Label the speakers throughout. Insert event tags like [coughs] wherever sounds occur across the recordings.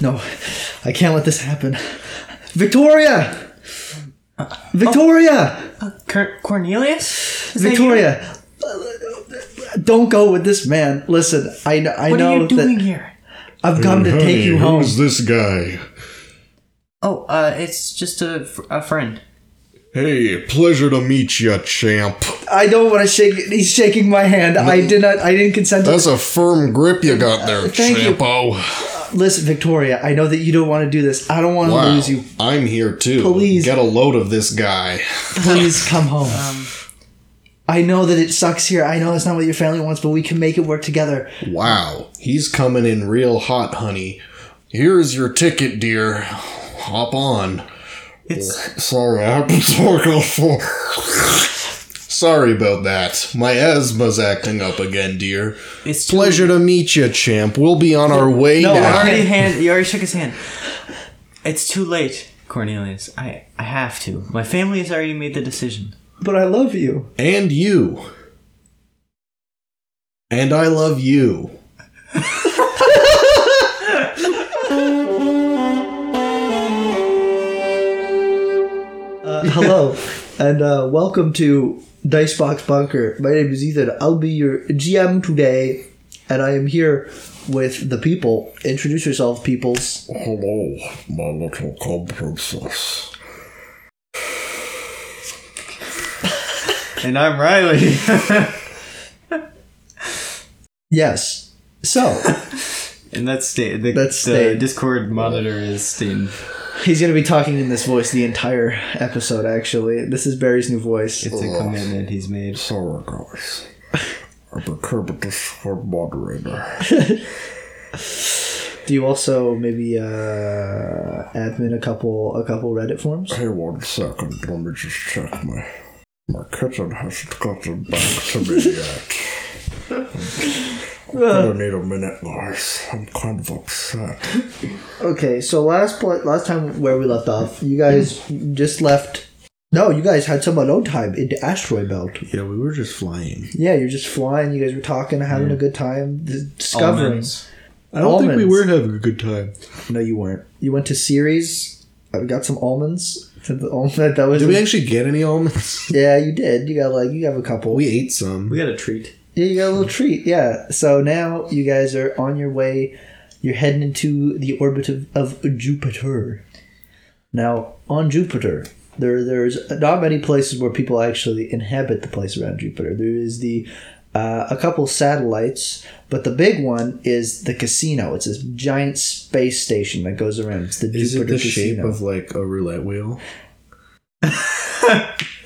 Speaker 1: No, I can't let this happen. Victoria! Victoria!
Speaker 2: Uh, Cor- Cornelius? Is that you?
Speaker 1: Victoria! Don't go with this man. Listen, I, kn- I
Speaker 2: What
Speaker 1: know
Speaker 2: are you doing
Speaker 1: that
Speaker 2: here?
Speaker 1: I've come to
Speaker 3: Hey,
Speaker 1: take you
Speaker 3: who's
Speaker 1: home.
Speaker 3: this guy?
Speaker 2: Oh, uh, it's just a, fr- a friend.
Speaker 3: Hey, pleasure to meet you, champ.
Speaker 1: I don't want to shake. He's shaking my hand. I did not. I didn't consent to.
Speaker 3: That's a firm grip you got there,
Speaker 1: Uh, thank you.
Speaker 3: champo.
Speaker 1: Listen, Victoria. I know that you don't want to do this. I don't want to
Speaker 3: Wow,
Speaker 1: lose you.
Speaker 3: I'm here too.
Speaker 1: Please.
Speaker 3: get a load of this guy.
Speaker 1: Please come home.
Speaker 2: Um,
Speaker 1: I know that it sucks here. I know that's not what your family wants, but we can make it work together.
Speaker 3: Wow, he's coming in real hot, honey. Here's your ticket, dear. Hop on.
Speaker 2: It's
Speaker 3: Sorry, I've been talking for. Sorry about that. My asthma's acting up again, dear.
Speaker 2: it's too-
Speaker 3: Pleasure to meet you, champ. We'll be on our way
Speaker 1: no,
Speaker 3: now.
Speaker 2: I already hand. You already shook his hand. It's too late, Cornelius. I I have to. My family has already made the decision.
Speaker 1: But I love you.
Speaker 3: And you. And I love you.
Speaker 1: Uh, hello, and uh, welcome to Dicebox Bunker. My name is Ethan. I'll be your GM today, and I am here with the people. Introduce yourself, peoples.
Speaker 3: Hello, my little cub princess.
Speaker 2: And I'm Riley. [laughs]
Speaker 1: Yes. So [laughs]
Speaker 2: and that's Sta The,
Speaker 1: That's
Speaker 2: the
Speaker 1: Stan.
Speaker 2: Discord monitor is Stan.
Speaker 1: he's going to be talking in this voice the entire episode. Actually, this is Barry's new voice.
Speaker 2: It's a commitment he's made.
Speaker 3: Sorry, guys. I'm a curb Discord moderator.
Speaker 1: Do you also maybe uh, admin a couple a couple Reddit forms?
Speaker 3: Hey, one second. Let me just check my. My kitten hasn't gotten back to me yet. I'm [laughs] gonna need a minute, guys. I'm kind of upset.
Speaker 1: Okay, so last pla last time where we left off, you guys just left. No, you guys had some alone time in the asteroid belt.
Speaker 3: Yeah, we were just flying.
Speaker 1: Yeah, you're just flying. You guys were talking, having a good time, d- discovering.
Speaker 2: Almonds.
Speaker 3: I don't think we
Speaker 1: Almonds.
Speaker 3: were having a good time.
Speaker 1: No, you weren't. You went to Ceres. uh, Got some almonds. [laughs] Said the almond that was.
Speaker 3: Did we actually get any almonds?
Speaker 1: yeah, you did. You got like you have a couple.
Speaker 3: We ate some.
Speaker 2: We got a treat.
Speaker 1: Yeah, you got a little treat. Yeah. So now you guys are on your way. You're heading into the orbit of, of Jupiter. Now, on Jupiter, there there's not many places where people actually inhabit the place around Jupiter. There is the uh, a couple satellites, but the big one is the casino. It's this giant space station that goes around. It's the
Speaker 3: Is it
Speaker 1: Jupiter
Speaker 3: the
Speaker 1: casino.
Speaker 3: shape of like a roulette wheel?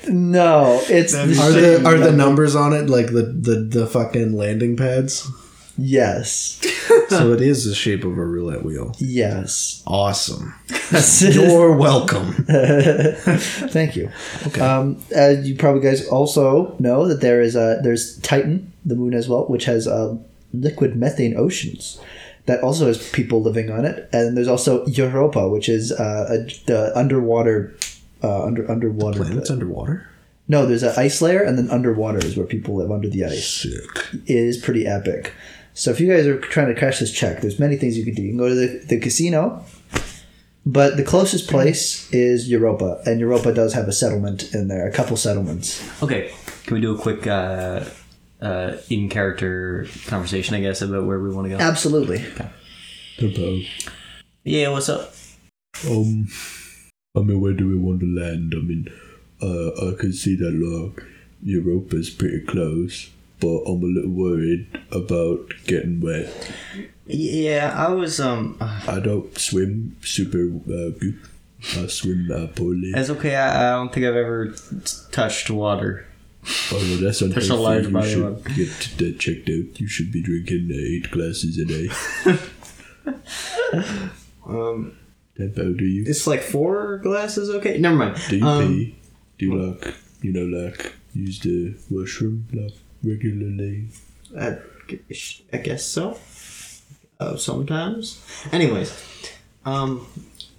Speaker 1: no, it's
Speaker 2: That'd
Speaker 1: the
Speaker 2: be
Speaker 3: Are
Speaker 1: shape
Speaker 3: the are the
Speaker 1: of-
Speaker 3: numbers on it like the the, the fucking landing pads?
Speaker 1: yes,
Speaker 3: [laughs] so it is the shape of a roulette wheel.
Speaker 1: yes.
Speaker 3: [laughs] Awesome.
Speaker 2: [laughs]
Speaker 3: You're welcome.
Speaker 1: [laughs] Thank you.
Speaker 3: Okay.
Speaker 1: Um, as you probably guys also know that there is a there's Titan, the moon as well, which has uh, liquid methane oceans that also has people living on it, and there's also Europa, which is uh, a, the underwater. Uh, under underwater,
Speaker 3: Planets underwater.
Speaker 1: no, there's an ice layer, and then underwater is where people live under the ice
Speaker 3: Sick.
Speaker 1: it is pretty epic. So if you guys are trying to cash this check, there's many things you can do. You can go to the, the casino, but the closest place is Europa, and Europa does have a settlement in there, a couple settlements.
Speaker 2: Okay, can we do a quick uh, uh, in character conversation? I guess about where we want to go.
Speaker 1: Absolutely.
Speaker 2: yeah, what's up?
Speaker 3: Um, I mean, where do we want to land? I mean, uh, I can see that like Europa's pretty close, but I'm a little worried about getting wet.
Speaker 2: Yeah, I was um.
Speaker 3: I don't swim super uh, good. I swim uh, poorly.
Speaker 2: It's okay. I, I don't think I've ever t- touched water.
Speaker 3: Oh, well, that's unhealthy.
Speaker 2: a large
Speaker 3: you
Speaker 2: body
Speaker 3: should
Speaker 2: of
Speaker 3: get that checked out. You should be drinking uh, eight glasses
Speaker 2: [laughs]
Speaker 3: a day.
Speaker 2: Um,
Speaker 3: That bow do you?
Speaker 2: it's like four glasses. Okay, never mind.
Speaker 3: Do you
Speaker 2: Um,
Speaker 3: pee? Do you like, you know, like use the washroom like regularly?
Speaker 2: I, I guess so. Uh, sometimes. Anyways, um,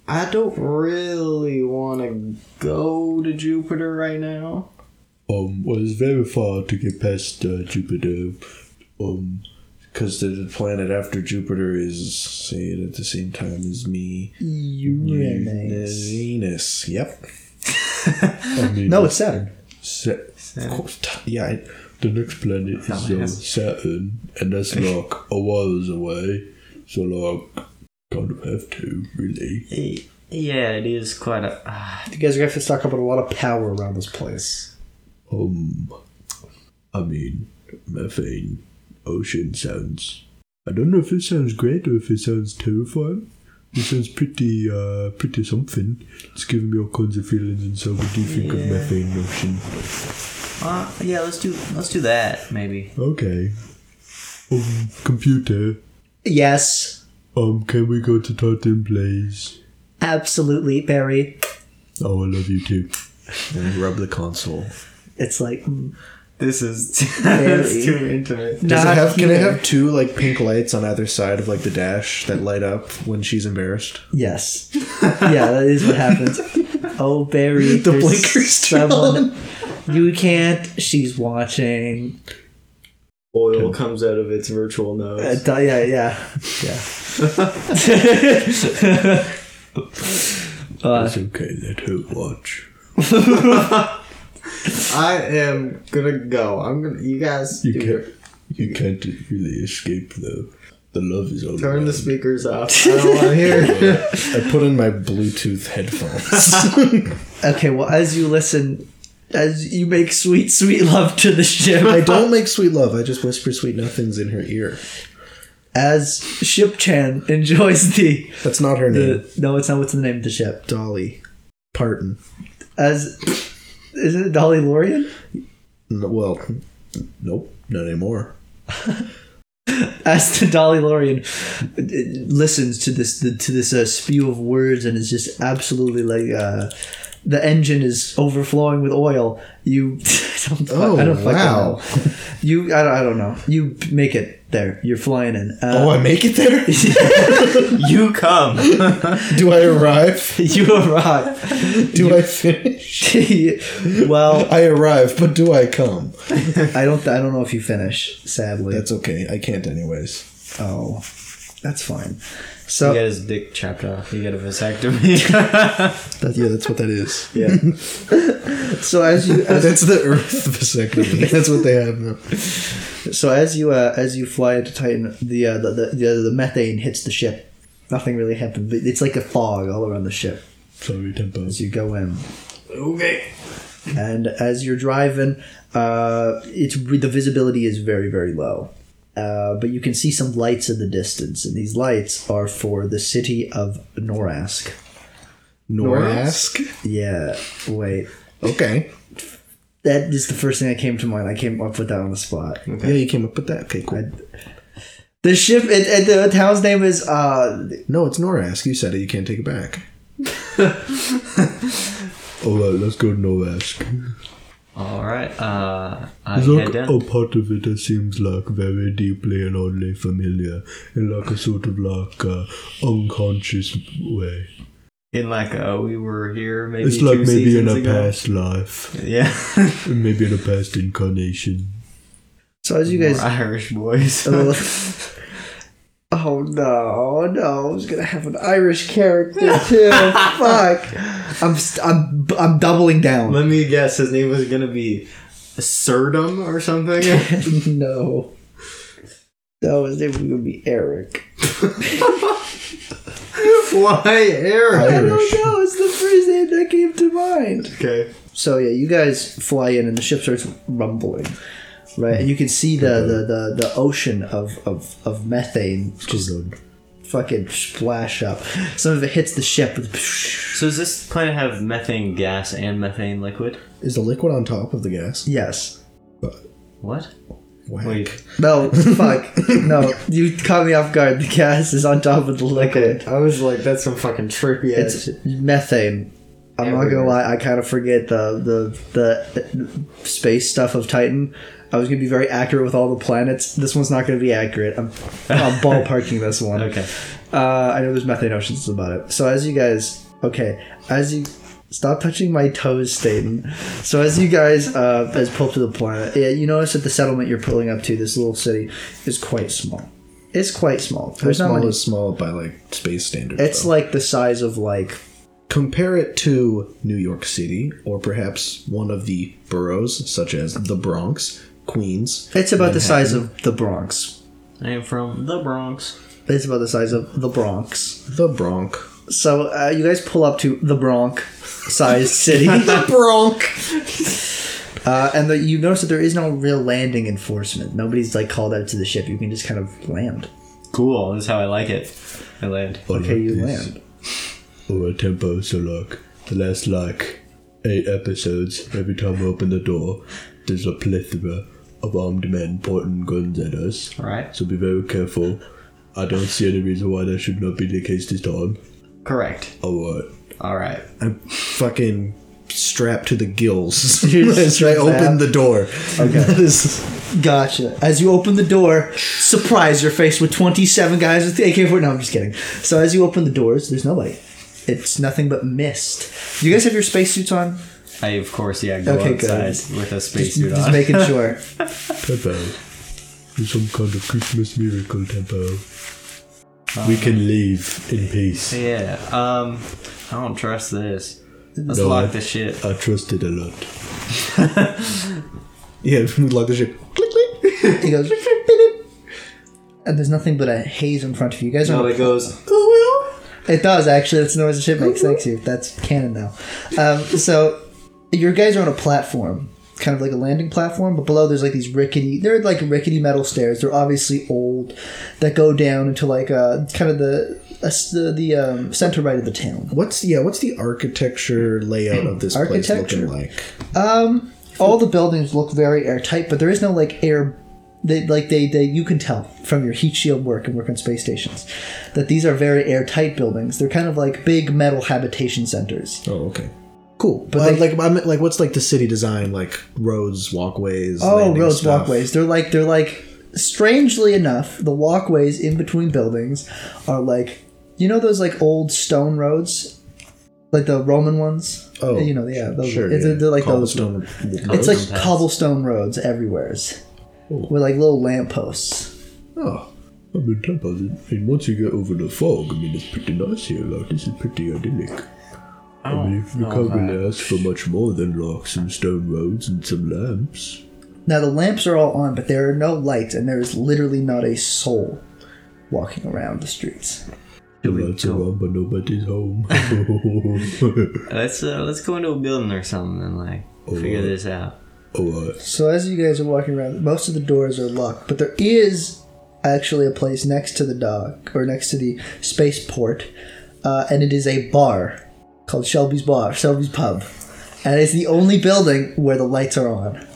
Speaker 2: I don't really want to go to Jupiter right now.
Speaker 3: Um, well, it's very far to get past uh, Jupiter. Um,
Speaker 4: because the planet after Jupiter is say it at the same time as me.
Speaker 1: Uranus.
Speaker 4: Venus. Yep. I mean, uh,
Speaker 1: No, it's Saturn.
Speaker 4: Sa-
Speaker 5: Saturn.
Speaker 4: of course, t- yeah. It, the next planet is
Speaker 5: Oh,
Speaker 4: uh,
Speaker 5: yes.
Speaker 4: Saturn, and that's like a whiles away. So like, kind of have to really.
Speaker 5: Y- Eh, Yeah, it is quite a. ah,
Speaker 1: You guys are gonna have to stock up on a lot of power around this place.
Speaker 4: Um, I mean, methane, ocean sounds. I don't know if it sounds great or if it sounds terrifying. It sounds pretty, uh, pretty something. It's giving me all kinds of feelings. And so, what do you think of
Speaker 5: Yeah.
Speaker 4: methane ocean?
Speaker 5: uh, yeah, let's do let's do that maybe.
Speaker 4: [laughs] Okay. Um, computer.
Speaker 1: Yes,
Speaker 4: Um, can we go to Titan, please?
Speaker 1: absolutely, Barry.
Speaker 4: Oh, I love you too. And rub the console.
Speaker 1: It's like mm,
Speaker 5: This is [laughs]
Speaker 1: Very. too
Speaker 5: intimate.
Speaker 3: Does it
Speaker 1: not
Speaker 3: have, can it
Speaker 1: here.
Speaker 3: have two like pink lights on either side of like the dash that light up when she's embarrassed?
Speaker 1: Yes. Yeah, that is what
Speaker 5: [laughs]
Speaker 1: happens. Oh, Barry.
Speaker 3: The
Speaker 1: there's
Speaker 3: blinkers turn
Speaker 1: someone- You can't. She's watching.
Speaker 5: Oil comes out of its virtual
Speaker 1: Uh,
Speaker 5: nose.
Speaker 1: di- yeah, yeah, [laughs]
Speaker 5: [laughs]
Speaker 1: yeah. uh,
Speaker 4: It's okay, let her watch.
Speaker 5: I am gonna go. I'm gonna. You guys,
Speaker 4: You
Speaker 5: do
Speaker 4: can't, you can't really escape though. The love is all
Speaker 5: turn
Speaker 4: around.
Speaker 5: the speakers off.
Speaker 1: [laughs]
Speaker 5: I don't want to hear. it.
Speaker 3: [laughs] I put in my Bluetooth headphones.
Speaker 1: okay, well, as you listen, as you make sweet, sweet love to the
Speaker 3: I
Speaker 1: ship,
Speaker 3: don't make sweet love. I just whisper sweet nothings in her ear.
Speaker 1: as Ship Chan enjoys the,
Speaker 3: That's not her name.
Speaker 1: the. No, it's not what's the name of the ship.
Speaker 3: Dolly Parton.
Speaker 1: As. Is it Dolly Lorian?
Speaker 3: N- Well, nope, not anymore.
Speaker 1: as the Dolly Lorian listens to this to this uh, spew of words and is just absolutely like uh, the engine is overflowing with oil. You, [laughs] I don't, fu-
Speaker 3: Oh,
Speaker 1: I don't fucking
Speaker 3: wow.
Speaker 1: know. You, I, don't- I don't know. You make it there. You're flying in.
Speaker 3: oh,
Speaker 1: Uh,
Speaker 3: I make it there.
Speaker 5: you come.
Speaker 3: Do I
Speaker 1: [laughs]
Speaker 3: arrive?
Speaker 1: [laughs] you arrive. [laughs]
Speaker 3: Do I finish?
Speaker 1: well,
Speaker 3: I arrive, but do I come?
Speaker 1: I don't. I don't know if you finish. Sadly.
Speaker 3: That's okay. I can't, anyways.
Speaker 1: oh, that's fine.
Speaker 5: You
Speaker 1: So
Speaker 5: got his dick chopped off. You got a vasectomy. [laughs]
Speaker 3: That, yeah, that's what that is.
Speaker 5: yeah.
Speaker 1: so as you as
Speaker 3: [laughs] That's the
Speaker 1: [laughs]
Speaker 3: Earth vasectomy. That's what they have now.
Speaker 1: So as you uh, as you fly into Titan, the, uh, the the the the methane hits the ship. Nothing really happens. But it's like a fog all around the ship
Speaker 4: Sorry, tempo.
Speaker 1: as you go in.
Speaker 5: Okay.
Speaker 1: And as you're driving, uh, it's re- the visibility is very very low, uh, but you can see some lights in the distance, and these lights are for the city of Norask.
Speaker 3: Norask.
Speaker 1: Yeah, wait,
Speaker 3: Okay.
Speaker 1: that is the first thing that came to mind. I came up with that on the spot.
Speaker 3: Yeah, you came up with that. Okay, cool.
Speaker 1: The ship, it, it, the town's name is uh,
Speaker 3: no, it's Norask. You said it. You can't take it back.
Speaker 4: Alright, let's go no ask.
Speaker 5: All right. Uh, I head
Speaker 4: Look,
Speaker 5: down.
Speaker 4: a part of it that seems like very deeply and oddly familiar, in like a sort of like uh, unconscious way.
Speaker 5: In like a we were here maybe
Speaker 4: It's
Speaker 5: two
Speaker 4: like maybe in
Speaker 5: seasons
Speaker 4: a
Speaker 5: ago.
Speaker 4: past life,
Speaker 5: [laughs] Yeah.
Speaker 4: maybe in a past incarnation.
Speaker 1: so as you
Speaker 5: More
Speaker 1: guys
Speaker 5: Irish
Speaker 4: [laughs]
Speaker 5: boys.
Speaker 1: [laughs] oh no, oh, no! I was gonna have an Irish character too. Fuck! I'm st- I'm I'm doubling down.
Speaker 5: [laughs] Let me guess. His name was gonna be Serdum
Speaker 4: [laughs]
Speaker 5: or something. [laughs]
Speaker 1: [laughs] no, no, his name was gonna be Eric.
Speaker 5: Why
Speaker 1: I
Speaker 5: Eric?
Speaker 1: don't know. It's the first name that came to mind.
Speaker 5: Okay.
Speaker 1: So yeah, you guys fly in, and the ship starts rumbling. Right, and you can see the the, the, the ocean of, of, of methane just fucking splash up. Some of it hits the ship.
Speaker 5: So does this planet have methane gas and methane liquid?
Speaker 3: Is the liquid on top of the gas?
Speaker 1: Yes.
Speaker 5: What?
Speaker 3: Whack.
Speaker 5: Wait.
Speaker 1: No, fuck. No, you caught me off guard. The gas is on top of the liquid.
Speaker 5: I was like, that's some fucking trippy
Speaker 1: It's methane. I'm not gonna lie, I kind of forget the, the the space stuff of Titan. I was gonna be very accurate with all the planets. This one's not gonna be accurate. I'm, [laughs] I'm ballparking this one.
Speaker 5: Okay.
Speaker 1: Uh, I know there's methane oceans about it. So as you guys, okay, as you Stop touching my toes, Staten. So as you guys uh, as pulled to the planet, yeah, you notice that the settlement you're pulling up to, this little city, is quite small. It's quite small.
Speaker 3: How
Speaker 1: There's not
Speaker 3: small
Speaker 1: many.
Speaker 3: is small by like space standards?
Speaker 1: It's
Speaker 3: though?
Speaker 1: like the size of like
Speaker 3: compare it to New York City or perhaps one of the boroughs such as the Bronx, Queens.
Speaker 1: it's about the size of the Bronx.
Speaker 5: I am from the Bronx.
Speaker 1: It's about the size of the Bronx.
Speaker 3: The Bronx.
Speaker 1: So uh, you guys pull up to the Bronx size
Speaker 5: [laughs]
Speaker 1: city.
Speaker 5: Bronx.
Speaker 1: Uh, and the, you notice that there is no real landing enforcement. Nobody's like called out to the ship. You can just kind of land.
Speaker 5: Cool. This is how I like it. I land.
Speaker 4: I
Speaker 1: Okay,
Speaker 4: like
Speaker 1: you
Speaker 4: this.
Speaker 1: land.
Speaker 4: Or a tempo, so like the last like eight episodes, every time we open the door, there's a plethora of armed men pointing guns at us.
Speaker 5: All right.
Speaker 4: So be very careful. I don't see any reason why that should not be the case this time.
Speaker 5: Correct.
Speaker 4: Alright.
Speaker 5: All right.
Speaker 3: I'm fucking strapped to the gills.
Speaker 1: [laughs]
Speaker 3: [laughs]
Speaker 1: You're
Speaker 3: As I
Speaker 1: strapped
Speaker 3: open
Speaker 1: out.
Speaker 3: the door. [laughs] Okay.
Speaker 1: Gotcha. As you open the door, surprise, you're faced with 27 guys with AK-47. No, I'm just kidding. So as you open the doors, there's nobody. It's nothing but mist. Do you guys have your spacesuits on?
Speaker 5: I of course yeah go
Speaker 1: Okay, good.
Speaker 5: outside with a
Speaker 1: Just,
Speaker 5: spacesuit
Speaker 1: just [laughs]
Speaker 5: on.
Speaker 1: making
Speaker 5: [laughs]
Speaker 1: sure.
Speaker 4: Tempo. You're some kind of Christmas miracle, Tempo.
Speaker 5: Uh,
Speaker 4: we can leave in peace.
Speaker 5: yeah. Um. I don't trust this. Let's
Speaker 4: No,
Speaker 5: lock
Speaker 4: I-
Speaker 5: this
Speaker 1: Uh,
Speaker 5: shit.
Speaker 4: I trust it a lot.
Speaker 3: yeah, [laughs] we lock the ship. Click, click. [laughs]
Speaker 1: He goes, "Beep, beep, beep." and there's nothing but a haze in front of you. You guys are.
Speaker 5: No, Oh, it goes.
Speaker 1: It does actually. That's the noise the ship makes. Thanks you. That's canon now. Um, so your guys are on a platform, kind of like a landing platform, but below there's like these rickety. They're like rickety metal stairs. They're obviously old, that go down into like uh, kind of the uh, s- the, the um, center right of the town.
Speaker 3: What's yeah, what's the architecture layout of this place
Speaker 1: Architecture.
Speaker 3: looking like?
Speaker 1: All the buildings look very airtight, but there is no like air. They, like they, they you can tell from your heat shield work and work on space stations that these are very airtight buildings they're kind of like big metal habitation centers
Speaker 3: Oh, okay.
Speaker 1: cool but
Speaker 3: But
Speaker 1: they,
Speaker 3: like, I meant, like, what's like the city design? Like roads, walkways.
Speaker 1: Oh,
Speaker 3: landing
Speaker 1: roads,
Speaker 3: stuff?
Speaker 1: walkways. They're like they're like strangely enough, the walkways in between buildings are like you know those like old stone roads, like the Roman ones.
Speaker 3: Oh,
Speaker 1: you know, yeah, those,
Speaker 3: sure.
Speaker 1: they're,
Speaker 3: yeah.
Speaker 1: they're like those.
Speaker 3: Cobblestone
Speaker 1: It's like
Speaker 3: roads?
Speaker 5: Cobblestone paths.
Speaker 1: cobblestone roads everywhere's with like little lampposts.
Speaker 4: Oh, I mean, Tampa, I mean, once you get over the fog, I mean, it's pretty nice here. Like, this is pretty idyllic. I,
Speaker 5: Oh,
Speaker 4: mean, if you can't really ask for much more than, like, some stone roads and some lamps.
Speaker 1: Now the lamps are all on, but there are no lights, and there is literally not a soul walking around the streets.
Speaker 4: The
Speaker 5: we
Speaker 4: lights
Speaker 5: go-
Speaker 4: are on, but nobody's
Speaker 5: [laughs]
Speaker 4: home. [laughs]
Speaker 5: Let's uh, let's go into a building or something and like figure
Speaker 4: Alright.
Speaker 5: this out.
Speaker 4: Alright.
Speaker 1: So as you guys are walking around, most of the doors are locked, but there is actually a place next to the dock or next to the spaceport, uh, and it is a bar called Shelby's Bar, Shelby's Pub, and it's the only building where the lights are on,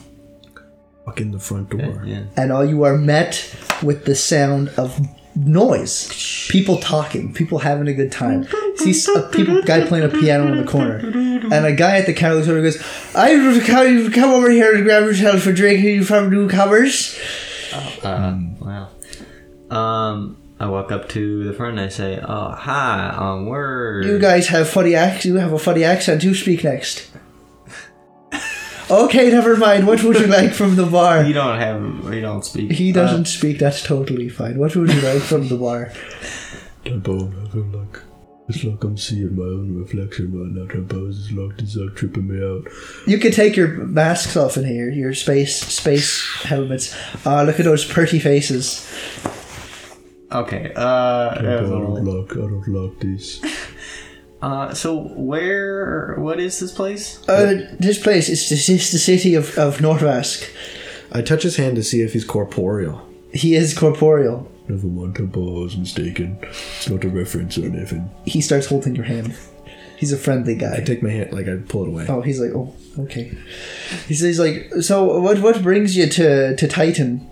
Speaker 3: Walk in the front door.
Speaker 5: Yeah.
Speaker 1: and all you are met with the sound of noise, people talking, people having a good time. See s- a people, guy playing a piano in the corner, and a guy at the counter looks over and goes, "I would come- come over here and grab yourself a drink. You from newcomers?"
Speaker 5: Uh,
Speaker 1: Hmm.
Speaker 5: Wow. Um, I walk up to the front and I say, "Oh, hi. Um, we're
Speaker 2: Mm.
Speaker 1: You guys have funny accent. You have a funny accent. You speak next. okay, never mind. What would you like from the
Speaker 2: [laughs]
Speaker 5: you
Speaker 1: bar?
Speaker 5: don't have you don't speak.
Speaker 2: uh,
Speaker 1: He doesn't speak. That's totally fine. What would you like from the bar?
Speaker 4: Tampa, I'm having, like, it's like I'm seeing my own reflection right now, Tampa. It's like this is like, tripping me out.
Speaker 1: You could take your masks off in here. Your space space helmets. Ah, look at those pretty faces.
Speaker 5: Uh, okay. Uh, that
Speaker 4: Tampa,
Speaker 5: was
Speaker 4: I
Speaker 5: a
Speaker 4: don't
Speaker 5: little-
Speaker 4: like, I don't
Speaker 3: [laughs]
Speaker 4: like this.
Speaker 5: uh, so where? What is this place?
Speaker 1: Uh, this place is this is the city of of Norvask.
Speaker 3: I touch his hand to see if he's corporeal.
Speaker 1: He is corporeal.
Speaker 4: Never mind, Tampa, I was mistaken. It's not a reference or anything.
Speaker 1: He starts holding your hand. He's a friendly guy.
Speaker 3: I take my hand, like I pull it away.
Speaker 1: Oh, he's like, oh, okay. He says, like, so what? What brings you to to Titan?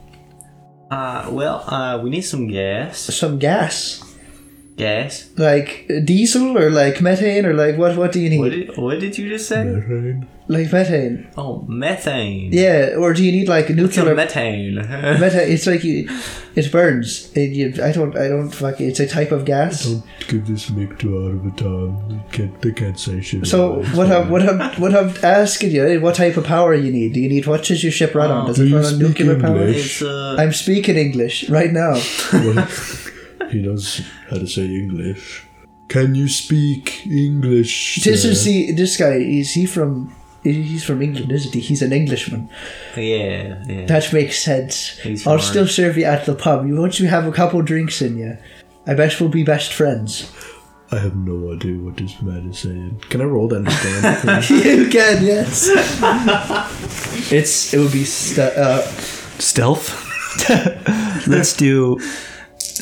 Speaker 5: Uh, well, uh, we need some gas.
Speaker 1: Some gas.
Speaker 2: Gas?
Speaker 1: Like uh, diesel or like methane or like what? What do you need?
Speaker 2: What did, what did you just say?
Speaker 4: Methane?
Speaker 1: Like methane.
Speaker 2: Oh, methane.
Speaker 1: Yeah, or do you need like
Speaker 2: It's a
Speaker 1: nuclear? [laughs]
Speaker 2: methane. [laughs]
Speaker 1: methane. It's like you, it burns. It, you, I don't. I don't. Fuck. It's a type of gas.
Speaker 4: Don't give this mic two out of a time. They can't, they can't say shit.
Speaker 1: So
Speaker 4: about it.
Speaker 1: what I'm what I'm what I'm asking you is what type of power you need? Do you need what does your ship run on? Does
Speaker 4: Oh. Do
Speaker 1: it
Speaker 4: you
Speaker 1: run on
Speaker 4: speak
Speaker 1: nuclear power?
Speaker 2: it's
Speaker 4: English?
Speaker 2: uh,
Speaker 1: I'm speaking English right
Speaker 4: [laughs]
Speaker 1: now.
Speaker 4: [laughs] Well, he knows how to say English. Can you speak English?
Speaker 1: This
Speaker 4: sir?
Speaker 1: is the this guy. Is he from? He's from England, isn't he? He's an Englishman.
Speaker 2: yeah, yeah.
Speaker 1: That makes sense.
Speaker 2: He's
Speaker 1: I'll
Speaker 2: foreign.
Speaker 1: still serve you at the pub. You Once you have a couple drinks in you, I bet we'll be best friends. [laughs]
Speaker 4: I have no idea what this man is saying.
Speaker 3: Can I roll to
Speaker 4: [laughs]
Speaker 3: understand?
Speaker 1: you can, yes. it's it would be st- uh,
Speaker 3: [laughs]
Speaker 6: Stealth. Let's do.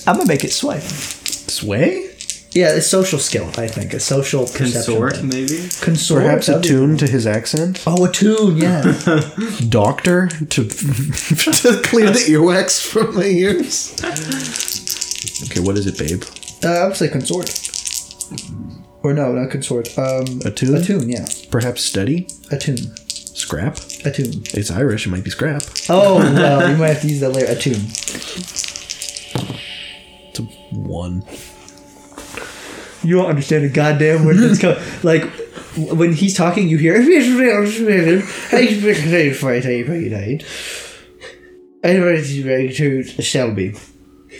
Speaker 6: I'm gonna make it swipe.
Speaker 3: Sway?
Speaker 1: yeah, it's social skill. I think a social perception
Speaker 5: Consort,
Speaker 1: thing.
Speaker 5: maybe?
Speaker 1: Consort,
Speaker 3: Perhaps
Speaker 1: that'd be-
Speaker 3: attune to his accent?
Speaker 1: Oh, a tune, yeah.
Speaker 3: Doctor to, [laughs] to clear the earwax from my ears? Okay, what is it, babe?
Speaker 1: Uh, I'd say consort. Or no, not consort. Um,
Speaker 3: Attune?
Speaker 1: Attune, yeah.
Speaker 3: Perhaps study?
Speaker 1: Attune.
Speaker 3: Scrap?
Speaker 1: Attune.
Speaker 3: It's Irish, it might be scrap.
Speaker 1: Oh, well, you might have to use that later. Attune.
Speaker 3: It's a one.
Speaker 1: You don't understand a goddamn word that's coming. Like, w- when he's talking, you hear. [laughs] I ready to Shelby.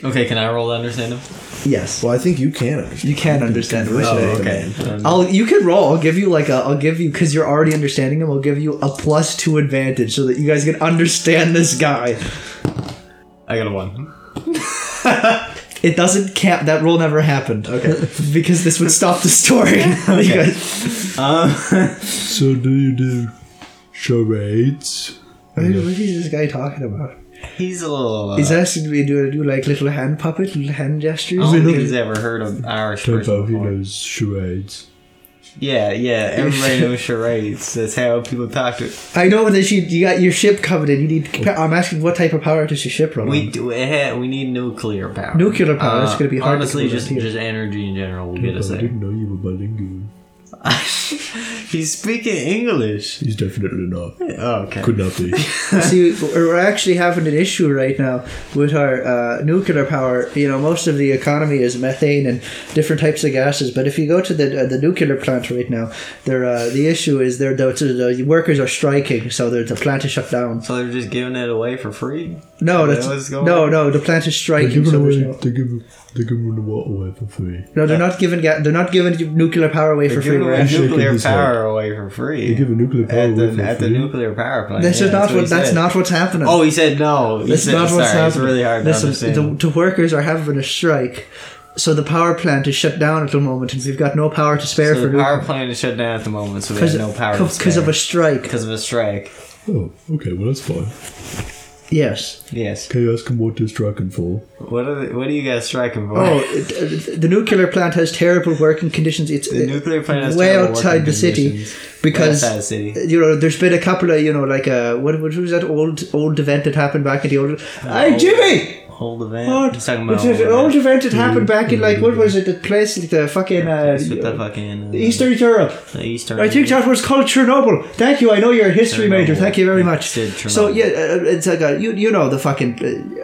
Speaker 2: Okay, can I roll to understand him?
Speaker 1: Yes,
Speaker 3: Well, I think you can understand.
Speaker 1: you can understand. Him.
Speaker 2: Oh, okay.
Speaker 1: I'll you can roll. I'll give you like a. I'll give you because you're already understanding him. I'll give you a plus two advantage so that you guys can understand this guy.
Speaker 2: I got a one.
Speaker 1: It doesn't count. That rule never happened. Okay. [laughs] because this would stop the
Speaker 3: [laughs]
Speaker 1: story. [laughs] You guys-
Speaker 4: So do you do charades?
Speaker 1: I mean, what is this guy talking about?
Speaker 2: He's a little. Uh,
Speaker 1: He's asking me do I do like little hand puppet, little hand gestures.
Speaker 2: I don't think he's
Speaker 1: Little-
Speaker 2: ever heard of Irish
Speaker 4: Turns
Speaker 2: person
Speaker 4: out he
Speaker 2: before.
Speaker 4: knows charades.
Speaker 2: Yeah, yeah.
Speaker 1: [laughs]
Speaker 2: Everybody knows charades. That's how people talk to.
Speaker 1: I know that you you got your ship covered in. You need. I'm asking what type of power does your ship run?
Speaker 2: We
Speaker 1: on?
Speaker 2: do. It ha- we need nuclear power. Uh,
Speaker 1: Nuclear power, it's gonna be hard to
Speaker 2: Honestly,
Speaker 1: come
Speaker 2: just
Speaker 1: up with.
Speaker 2: just energy in general will
Speaker 4: I
Speaker 2: get us there.
Speaker 4: didn't know you were bilingual.
Speaker 2: He's speaking English.
Speaker 4: He's definitely not.
Speaker 2: Oh, okay.
Speaker 1: [laughs]
Speaker 4: Could not be.
Speaker 1: [laughs] See, we're actually having an issue right now with our uh, nuclear power. You know, most of the economy is methane and different types of gases. But if you go to the uh, the nuclear plant right now, there uh, the issue is there the, the workers are striking, so the the plant is shut down.
Speaker 2: So they're just giving it away for free.
Speaker 1: No,
Speaker 2: Is that
Speaker 1: that's
Speaker 2: what's going
Speaker 1: no,
Speaker 2: on?
Speaker 1: no. The plant is
Speaker 4: They're
Speaker 1: striking,
Speaker 4: giving
Speaker 1: so there's
Speaker 4: away.
Speaker 1: no.
Speaker 4: They're giving. They're giving the water away for free.
Speaker 1: No, they're not giving ga- they're not giving you nuclear power away
Speaker 2: They're
Speaker 1: for free.
Speaker 2: giving
Speaker 1: Right?
Speaker 2: away
Speaker 4: shaking
Speaker 2: nuclear
Speaker 4: his head.
Speaker 2: power away for free.
Speaker 4: They give a nuclear power
Speaker 2: at the,
Speaker 4: away for
Speaker 2: at the
Speaker 4: free.
Speaker 2: nuclear power plant.
Speaker 1: This
Speaker 2: yeah,
Speaker 1: is not
Speaker 2: what
Speaker 1: what,
Speaker 2: he
Speaker 1: that's
Speaker 2: said.
Speaker 1: not what's happening.
Speaker 2: Oh, he said no. He
Speaker 1: That's
Speaker 2: said,
Speaker 1: not what's
Speaker 2: sorry,
Speaker 1: happening.
Speaker 2: It's really hard
Speaker 1: Listen,
Speaker 2: to understand.
Speaker 1: The, the workers are having a strike, so the power plant is shut down at the moment, and we've got no power to spare
Speaker 2: so
Speaker 1: for
Speaker 2: the power plant is shut down at the moment, so we have no power
Speaker 1: because of a strike.
Speaker 2: because of a strike.
Speaker 4: Oh, okay. Well, that's fine.
Speaker 1: Yes.
Speaker 2: Yes.
Speaker 4: Can you ask him what they're striking for?
Speaker 2: What are the, what are you guys striking for?
Speaker 1: Oh, it- uh, the nuclear plant has terrible working conditions. It's
Speaker 2: the
Speaker 1: uh,
Speaker 2: nuclear plant has
Speaker 1: way
Speaker 2: terrible
Speaker 1: outside
Speaker 2: working
Speaker 1: the city
Speaker 2: conditions.
Speaker 1: because
Speaker 2: Outside the city.
Speaker 1: you know there's been a couple of you know like uh what, what was that old old event that happened back in the old hey
Speaker 2: old-
Speaker 1: Jimmy
Speaker 2: Hold the van.
Speaker 1: old,
Speaker 2: He's talking about
Speaker 1: what's that
Speaker 2: hold
Speaker 1: old
Speaker 2: the van.
Speaker 1: event that happened back in like what was it the place like the fucking uh,
Speaker 2: It's with the fucking uh,
Speaker 1: Eastern Europe
Speaker 2: the Eastern.
Speaker 1: I think that was called Chernobyl. Thank you. I know you're a history major.
Speaker 2: Chernobyl.
Speaker 1: Thank you very much.
Speaker 2: Said Chernobyl.
Speaker 1: So yeah, uh, it's like a, you you know the fucking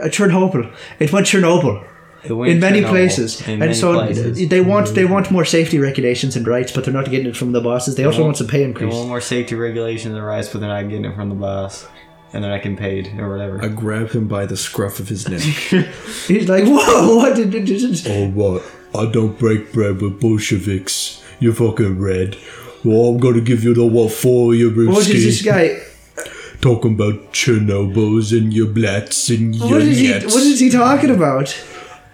Speaker 1: uh, Chernobyl. It went Chernobyl
Speaker 2: It went
Speaker 1: in many
Speaker 2: Chernobyl.
Speaker 1: places,
Speaker 2: In
Speaker 1: and
Speaker 2: many
Speaker 1: so
Speaker 2: places. Mm-hmm.
Speaker 1: they want they want more safety regulations and rights, but they're not getting it from the bosses. They also want some pay
Speaker 2: They
Speaker 1: increase.
Speaker 2: want more safety regulations and rights, but they're not getting it from the boss, and they're not getting paid or whatever.
Speaker 3: I grab him by the scruff of his neck.
Speaker 1: He's like, [laughs] whoa, what did did- did-
Speaker 4: All right, I don't break bread with Bolsheviks. You're fucking red. Well, I'm gonna give you the what for, you
Speaker 1: what is this
Speaker 4: Ruski.
Speaker 1: guy?
Speaker 4: Talking about Chernobyls and your blats and your
Speaker 1: What is he?
Speaker 4: yets.
Speaker 1: What is he talking about?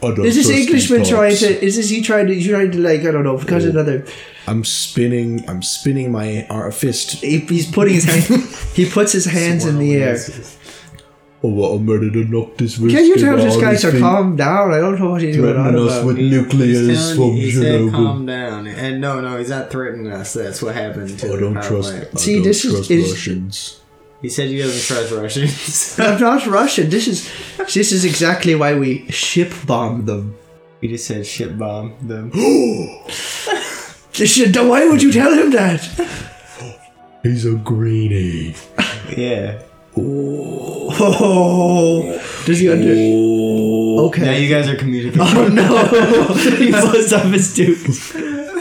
Speaker 4: I don't
Speaker 1: Is this
Speaker 4: trust these
Speaker 1: Englishman trying
Speaker 4: types.
Speaker 1: to? Is this he trying to? He's trying to like I don't know because another.
Speaker 3: I'm spinning. I'm spinning my ar- fist.
Speaker 1: He, he's putting his hand. he puts his hands in the air.
Speaker 4: Oh, what, I'm ready to knock this Ruski
Speaker 1: Can you tell
Speaker 4: down
Speaker 1: these guys to
Speaker 4: his feet,
Speaker 1: calm down? I don't know what he's going on
Speaker 4: Threatening us
Speaker 1: about.
Speaker 4: with nuclears
Speaker 5: Telling you,
Speaker 4: from
Speaker 5: he said
Speaker 4: Chernobyl.
Speaker 5: calm down. And no, no, he's not threatening us. That's what happened to
Speaker 4: I
Speaker 5: the
Speaker 4: Oh, don't
Speaker 5: power
Speaker 4: trust.
Speaker 5: plant.
Speaker 4: I
Speaker 1: See,
Speaker 4: don't
Speaker 1: this is-
Speaker 4: trust
Speaker 1: is-
Speaker 4: Russians.
Speaker 5: He said he doesn't trust Russians.
Speaker 1: I'm not Russian. This is this is exactly why we ship bomb them.
Speaker 2: You just said shit bomb them.
Speaker 1: Shit, why would you tell him that?
Speaker 4: He's a greenie.
Speaker 2: [gasps]
Speaker 5: [laughs]
Speaker 1: [gasps]
Speaker 2: yeah.
Speaker 1: Oh, does he under?
Speaker 4: Oh.
Speaker 2: Now
Speaker 1: Okay.
Speaker 2: you guys are comedic.
Speaker 1: [laughs] Oh
Speaker 4: [laughs]
Speaker 1: no! he blows up his dude.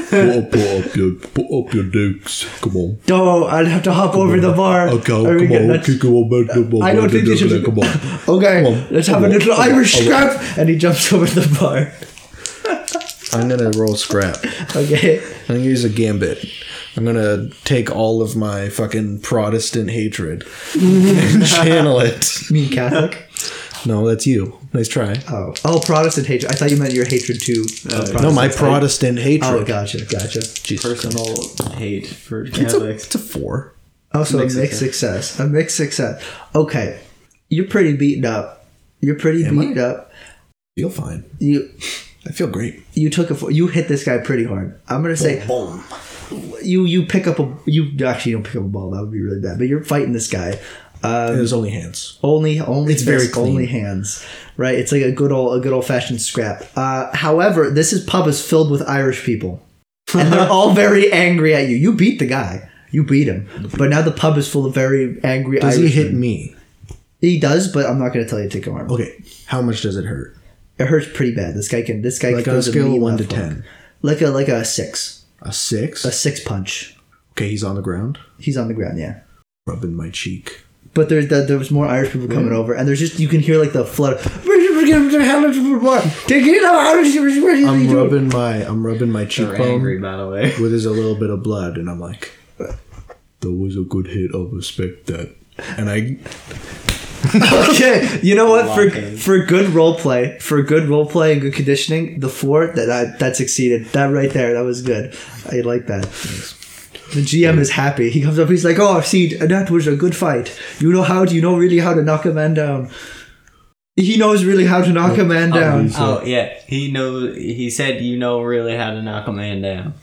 Speaker 4: Put up, put up your, put up your dukes. Come on.
Speaker 1: Oh, I'll have to hop over the bar.
Speaker 4: Okay,
Speaker 1: Are
Speaker 4: come
Speaker 1: we
Speaker 4: on.
Speaker 1: getting that-
Speaker 4: Okay, come on, man, come on.
Speaker 1: I don't
Speaker 4: man,
Speaker 1: think you should-
Speaker 4: Come
Speaker 5: [laughs]
Speaker 4: on.
Speaker 1: Okay,
Speaker 4: Come on,
Speaker 1: let's
Speaker 4: come
Speaker 1: have a
Speaker 4: on,
Speaker 1: little
Speaker 4: come on,
Speaker 1: Irish
Speaker 4: come
Speaker 1: scrap, and he jumps over the bar.
Speaker 3: I'm gonna roll scrap.
Speaker 1: Okay,
Speaker 3: I'm gonna use a gambit. I'm gonna take all of my fucking Protestant hatred and [laughs] channel it.
Speaker 1: mean Catholic.
Speaker 3: No, that's you. Nice try.
Speaker 1: [laughs] Oh, oh, Protestant hatred. I thought you meant your hatred too.
Speaker 3: No, my Protestant hatred.
Speaker 1: Oh, gotcha, gotcha.
Speaker 2: Personal
Speaker 1: [laughs]
Speaker 2: hate for
Speaker 3: It's a,
Speaker 2: Catholics.
Speaker 3: it's a four.
Speaker 1: Also, a mixed success. A mixed success. Okay, you're pretty beaten up. You're pretty
Speaker 3: Am I?
Speaker 1: beat up.
Speaker 3: Feel fine.
Speaker 1: You
Speaker 3: I feel great.
Speaker 1: you took a fo- you hit this guy pretty hard. I'm gonna say
Speaker 3: Boom.
Speaker 1: you you pick up a you actually you don't pick up a ball that would be really bad. But you're fighting this guy.
Speaker 3: it was only hands.
Speaker 1: Only, only
Speaker 3: It's very
Speaker 1: fist,
Speaker 3: clean.
Speaker 1: only hands, right? It's like a good old, a good old fashioned scrap. Uh, however, this is pub is filled with Irish people, and
Speaker 3: [laughs]
Speaker 1: they're all very angry at you. You beat the guy, you beat him, but now the pub is full of very angry.
Speaker 3: Does he hit
Speaker 1: Irishmen.
Speaker 3: me?
Speaker 1: He does, but I'm not going to tell you to take him arm.
Speaker 3: Okay. How much does it hurt?
Speaker 1: It hurts pretty bad. This guy can. This guy
Speaker 3: Like on a
Speaker 1: throws
Speaker 3: scale
Speaker 1: mean
Speaker 3: of one to
Speaker 1: left hook.
Speaker 3: ten.
Speaker 1: Like a like a six,
Speaker 3: A six?
Speaker 1: a six punch.
Speaker 3: Okay, he's on the ground,
Speaker 1: He's on the ground. Yeah.
Speaker 3: rubbing my cheek.
Speaker 1: But there's the, there was more Irish people coming over, and there's just you can hear like the flood.
Speaker 3: I'm
Speaker 1: I'm
Speaker 3: rubbing my I'm rubbing my
Speaker 2: They're angry,
Speaker 3: cheekbone
Speaker 2: by the
Speaker 1: [laughs]
Speaker 2: way.
Speaker 3: where there's a little bit of blood, and I'm like,
Speaker 4: That was a good hit. I respect that.
Speaker 3: and I
Speaker 1: Okay, you know what? For
Speaker 2: Locking.
Speaker 1: for good role play, for good role play and good conditioning, the four that that, that succeeded. That right there, that was good. I like that. The GM is happy. He comes up. He's like, "Oh, see, that was a good fight. You know how? You know really how to knock a man down. He knows really how to knock a man
Speaker 5: Um,
Speaker 1: down.
Speaker 4: uh,
Speaker 5: uh,
Speaker 2: Oh yeah, he knows. He said you know really how to knock a man down.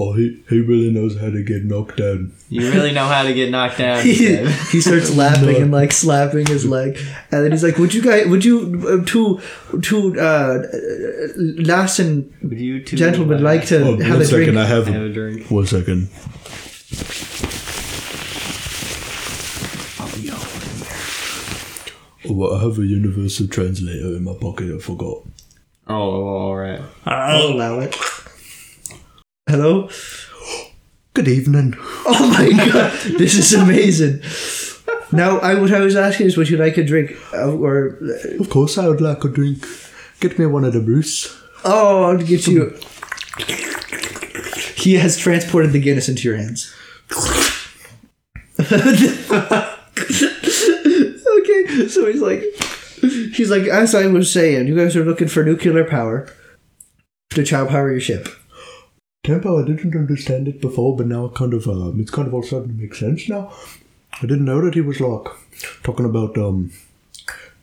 Speaker 4: Oh, he, he really knows how to get knocked down.
Speaker 2: You really know how to
Speaker 1: [laughs]
Speaker 2: get knocked down. he
Speaker 1: he,
Speaker 2: said.
Speaker 1: he starts laughing and like slapping his leg, and then he's like, "Would you guys? Would you uh, two two uh, lass and
Speaker 2: Would you two
Speaker 1: gentlemen like to
Speaker 4: Oh,
Speaker 1: have
Speaker 4: one
Speaker 1: a drink?"
Speaker 4: second, I have
Speaker 2: have
Speaker 4: him.
Speaker 2: a drink?
Speaker 4: One second. Oh, well, I have a universal translator in my pocket. I forgot.
Speaker 2: Oh, all right.
Speaker 1: I'll allow it. Hello?
Speaker 3: good evening.
Speaker 1: Oh my [laughs] god, this is amazing. Now, I what I was asking is, would you like a drink? Uh, or
Speaker 3: Of course, I would like a drink. Get me one of the Bruce.
Speaker 1: oh, I'll get you. He has transported the Guinness into your hands. [laughs] okay, so he's like, he's like, as I was saying, you guys are looking for nuclear power to chow power your ship.
Speaker 4: Tempo, I didn't understand it before, but now it kind of um, it's kind of all starting to make sense now. I didn't know that he was like talking about um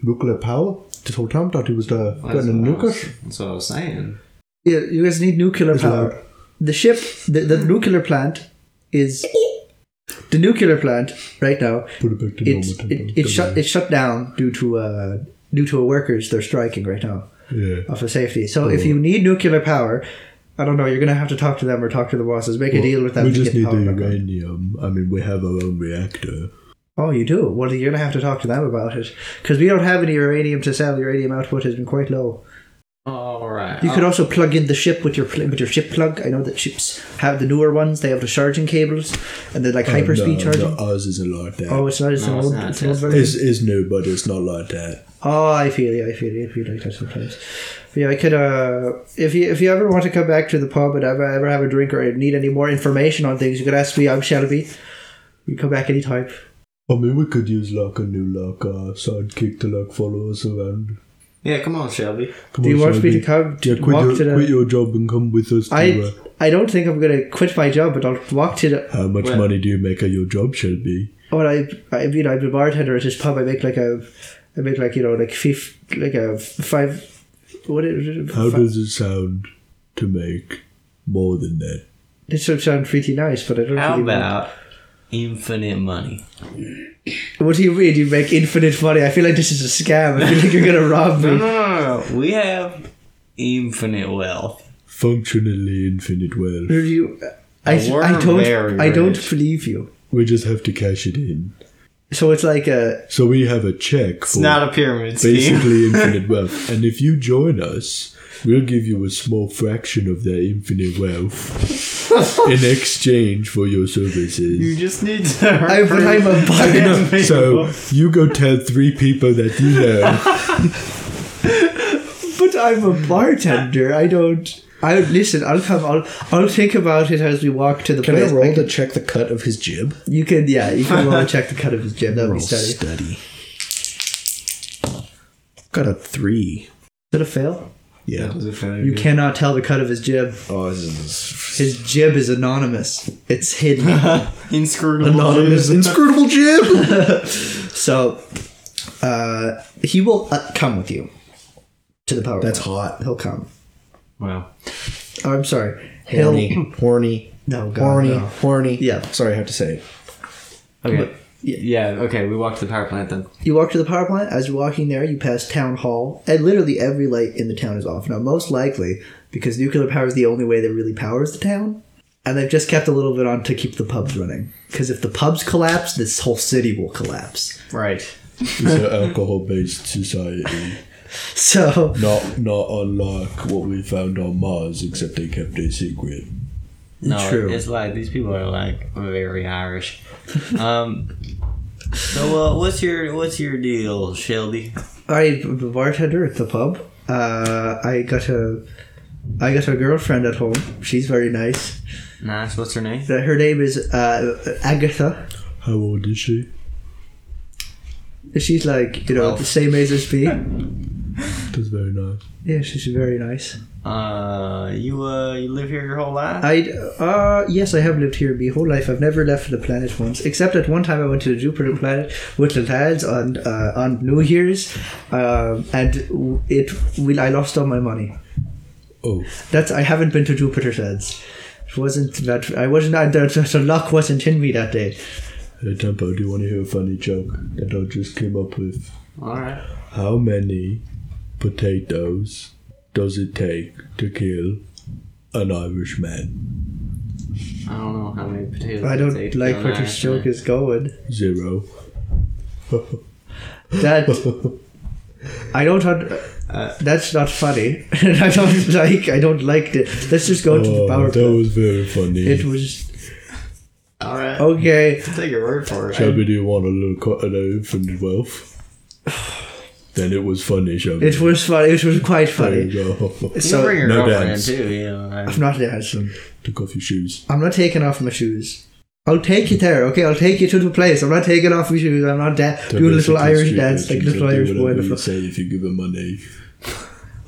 Speaker 4: nuclear power this whole time. Thought he was uh,
Speaker 2: That's
Speaker 4: getting a
Speaker 2: what I was-
Speaker 4: nucleus.
Speaker 2: That's what I was saying.
Speaker 1: Yeah, you guys need nuclear
Speaker 4: It's
Speaker 1: power.
Speaker 4: loud.
Speaker 1: The ship, the, the nuclear plant is the nuclear plant right now.
Speaker 4: Put it back to
Speaker 1: It's
Speaker 4: normal. Tempo.
Speaker 1: it, it shut it shut down due to uh due to workers they're striking right now
Speaker 4: Yeah.
Speaker 1: off of safety. So
Speaker 4: Oh.
Speaker 1: if you need nuclear power, I don't know. You're gonna have to talk to them or talk to the bosses. Make a deal with them.
Speaker 4: We
Speaker 1: to
Speaker 4: just
Speaker 1: get
Speaker 4: need
Speaker 1: power
Speaker 4: the
Speaker 1: back on.
Speaker 4: uranium. I mean, we have our own reactor.
Speaker 1: Oh, you do. Well, you're gonna have to talk to them about it because we don't have any uranium to sell. Uranium output has been quite low.
Speaker 2: All right.
Speaker 1: You
Speaker 2: Oh,
Speaker 1: could
Speaker 4: Um,
Speaker 1: also plug in the ship with your pl- with your ship plug. I know that ships have the newer ones. They have the charging cables and the like hyperspeed
Speaker 4: Oh, no,
Speaker 1: charging.
Speaker 4: uh, No, ours isn't like that.
Speaker 1: Oh, it's not. It's
Speaker 2: No,
Speaker 1: an
Speaker 2: it's
Speaker 1: old.
Speaker 2: not.
Speaker 1: It's an old
Speaker 2: It's-
Speaker 1: version.
Speaker 4: It's, it's new, but it's not like that.
Speaker 1: Oh, I feel you. I feel you. I feel like that sometimes. But yeah, I could. Uh, if you if you ever want to come back to the pub and ever ever have a drink or need any more information on things, you could ask me. I'm Shelby. You come back anytime.
Speaker 4: I mean, we could use like a new like uh, sidekick to like follow us around.
Speaker 2: Yeah, come on, Shelby.
Speaker 4: Come
Speaker 1: Do you
Speaker 4: on,
Speaker 1: want me to
Speaker 4: Shelby.
Speaker 1: come
Speaker 4: Yeah,
Speaker 1: to
Speaker 4: quit,
Speaker 1: walk
Speaker 4: your,
Speaker 1: to
Speaker 4: quit
Speaker 1: the?
Speaker 4: your job and come with us. To,
Speaker 1: I
Speaker 4: uh,
Speaker 1: I don't think I'm gonna quit my job, but I'll walk to the.
Speaker 4: how much
Speaker 2: Well-
Speaker 4: money do you make at your job, Shelby?
Speaker 1: Oh, Well, I, I mean, I'm a bartender at this pub. I make like a, I make like you know like fif, like a five. What is it?
Speaker 4: How
Speaker 1: fi-
Speaker 4: does it sound to make more than that?
Speaker 1: this would sound pretty nice, but I don't.
Speaker 2: How
Speaker 1: really know.
Speaker 2: about infinite money?
Speaker 1: What do you mean? You make infinite money? I feel like this is a scam. I feel like you're gonna rob
Speaker 2: [laughs] No,
Speaker 1: me.
Speaker 2: no, no, no. We Uh, have infinite wealth.
Speaker 4: Functionally infinite wealth.
Speaker 1: If you, I,
Speaker 2: We're
Speaker 1: I
Speaker 2: very
Speaker 1: don't, I don't
Speaker 2: rich.
Speaker 1: believe you.
Speaker 4: We just have to cash it in.
Speaker 1: So it's like a
Speaker 4: So we have a check
Speaker 2: It's
Speaker 4: for
Speaker 2: not a pyramid [laughs] scheme.
Speaker 4: basically infinite wealth. And if you join us, we'll give you a small fraction of that infinite wealth in exchange for your
Speaker 2: You
Speaker 4: services.
Speaker 2: just need to.
Speaker 1: I, but I'm a
Speaker 2: [laughs]
Speaker 1: buyer.
Speaker 4: So you go tell three people that you know.
Speaker 1: [laughs] But I'm a bartender. I don't. I listen. I'll come. I'll. I'll think about it as we walk to the
Speaker 3: Can
Speaker 1: place.
Speaker 3: I roll
Speaker 1: can-
Speaker 3: to check the cut of his jib?
Speaker 1: You can. Yeah. You
Speaker 2: [laughs]
Speaker 1: can roll to check the cut of his jib. That would be
Speaker 3: Roll
Speaker 1: study. Is
Speaker 3: study. Got a three.
Speaker 1: it a fail?
Speaker 3: Yeah.
Speaker 1: You cannot tell the cut of his jib.
Speaker 3: Oh, this is
Speaker 1: His jib is anonymous. It's hidden.
Speaker 3: [laughs]
Speaker 2: Inscrutable.
Speaker 3: anonymous
Speaker 1: [laughs]
Speaker 3: inscrutable jib.
Speaker 1: so, uh, he will uh, come with you to the power.
Speaker 3: That's
Speaker 1: plant.
Speaker 3: hot.
Speaker 1: He'll come.
Speaker 2: Wow.
Speaker 1: Oh, I'm sorry. He'll.
Speaker 3: Horny, horny,
Speaker 1: [laughs] No. God,
Speaker 3: horny,
Speaker 1: no.
Speaker 3: horny.
Speaker 1: Yeah.
Speaker 3: Sorry, I have to say. it.
Speaker 2: Okay.
Speaker 1: yeah.
Speaker 2: Yeah, okay, we walked to the power plant then.
Speaker 1: You walk to the power plant. As you're walking there, you pass town hall, and literally every light in the town is off. Now, most likely because nuclear power is the only way that really powers the town, and they've just kept a little bit on to keep the pubs running. Because if the pubs collapse, this whole city will collapse. [laughs]
Speaker 2: Right.
Speaker 4: It's an alcohol-based society,
Speaker 1: So,
Speaker 4: not not unlike what we found on Mars, except they kept it secret.
Speaker 2: No,
Speaker 1: True.
Speaker 2: it's like these people are like very Irish. Um, so uh, what's your what's your deal, Shelby?
Speaker 1: I b- bartender at the pub. Uh, I got a, I got a girlfriend at home. She's very nice.
Speaker 2: Nice. What's her name?
Speaker 1: That- Her name is uh, Agatha.
Speaker 4: How old is she?
Speaker 1: She's like you know
Speaker 2: Twelve.
Speaker 1: the same age as me. [laughs]
Speaker 4: That's very nice.
Speaker 1: Yeah, she's very nice.
Speaker 2: Uh, you uh, you live here your whole life?
Speaker 1: I uh yes, I have lived here my whole life. I've never left the planet once, except at one time I went to the Jupiter planet with the lads on uh, on New Year's, um, and it will I lost all my money.
Speaker 4: Oh,
Speaker 1: That's I haven't been to Jupiter since. It wasn't that I wasn't I, the, the luck wasn't in me that day.
Speaker 4: hey Tempo, do you want to hear a funny joke that I just came up with?
Speaker 2: All right.
Speaker 4: How many potatoes does it take to kill an Irishman?
Speaker 2: I don't know how many potatoes.
Speaker 1: I
Speaker 2: it
Speaker 1: don't
Speaker 2: takes
Speaker 1: like
Speaker 2: to
Speaker 1: where
Speaker 2: learn
Speaker 1: this joke is going. [laughs]
Speaker 4: Zero.
Speaker 1: That I don't.
Speaker 2: [laughs]
Speaker 1: Un-
Speaker 2: Uh,
Speaker 1: that's not funny. [laughs] I don't like. I don't like it. Let's just go to the
Speaker 4: Oh,
Speaker 1: power
Speaker 4: that
Speaker 1: plant.
Speaker 4: was very funny.
Speaker 1: It was
Speaker 2: All right.
Speaker 1: okay.
Speaker 2: Take your word for it.
Speaker 4: Shelby, do you want a little cut of the infinite wealth? then it was funny, Shelby.
Speaker 1: It was funny. It was quite
Speaker 4: There
Speaker 1: funny.
Speaker 4: you go. [laughs]
Speaker 2: You
Speaker 1: So-
Speaker 2: bring your
Speaker 4: No
Speaker 2: girlfriend
Speaker 4: dance.
Speaker 2: too. You know, like-
Speaker 1: I'm not dancing.
Speaker 4: Took off your shoes.
Speaker 1: I'm not taking off my shoes. I'll take you there, okay? I'll take you to the place. I'm not taking off my shoes. I'm not da- doing a little
Speaker 4: Basically,
Speaker 1: Irish
Speaker 4: street
Speaker 1: dance like
Speaker 4: legends,
Speaker 1: little
Speaker 4: I'll do
Speaker 1: Irish boy on the
Speaker 4: whatever you
Speaker 1: floor.
Speaker 4: say if you give him money.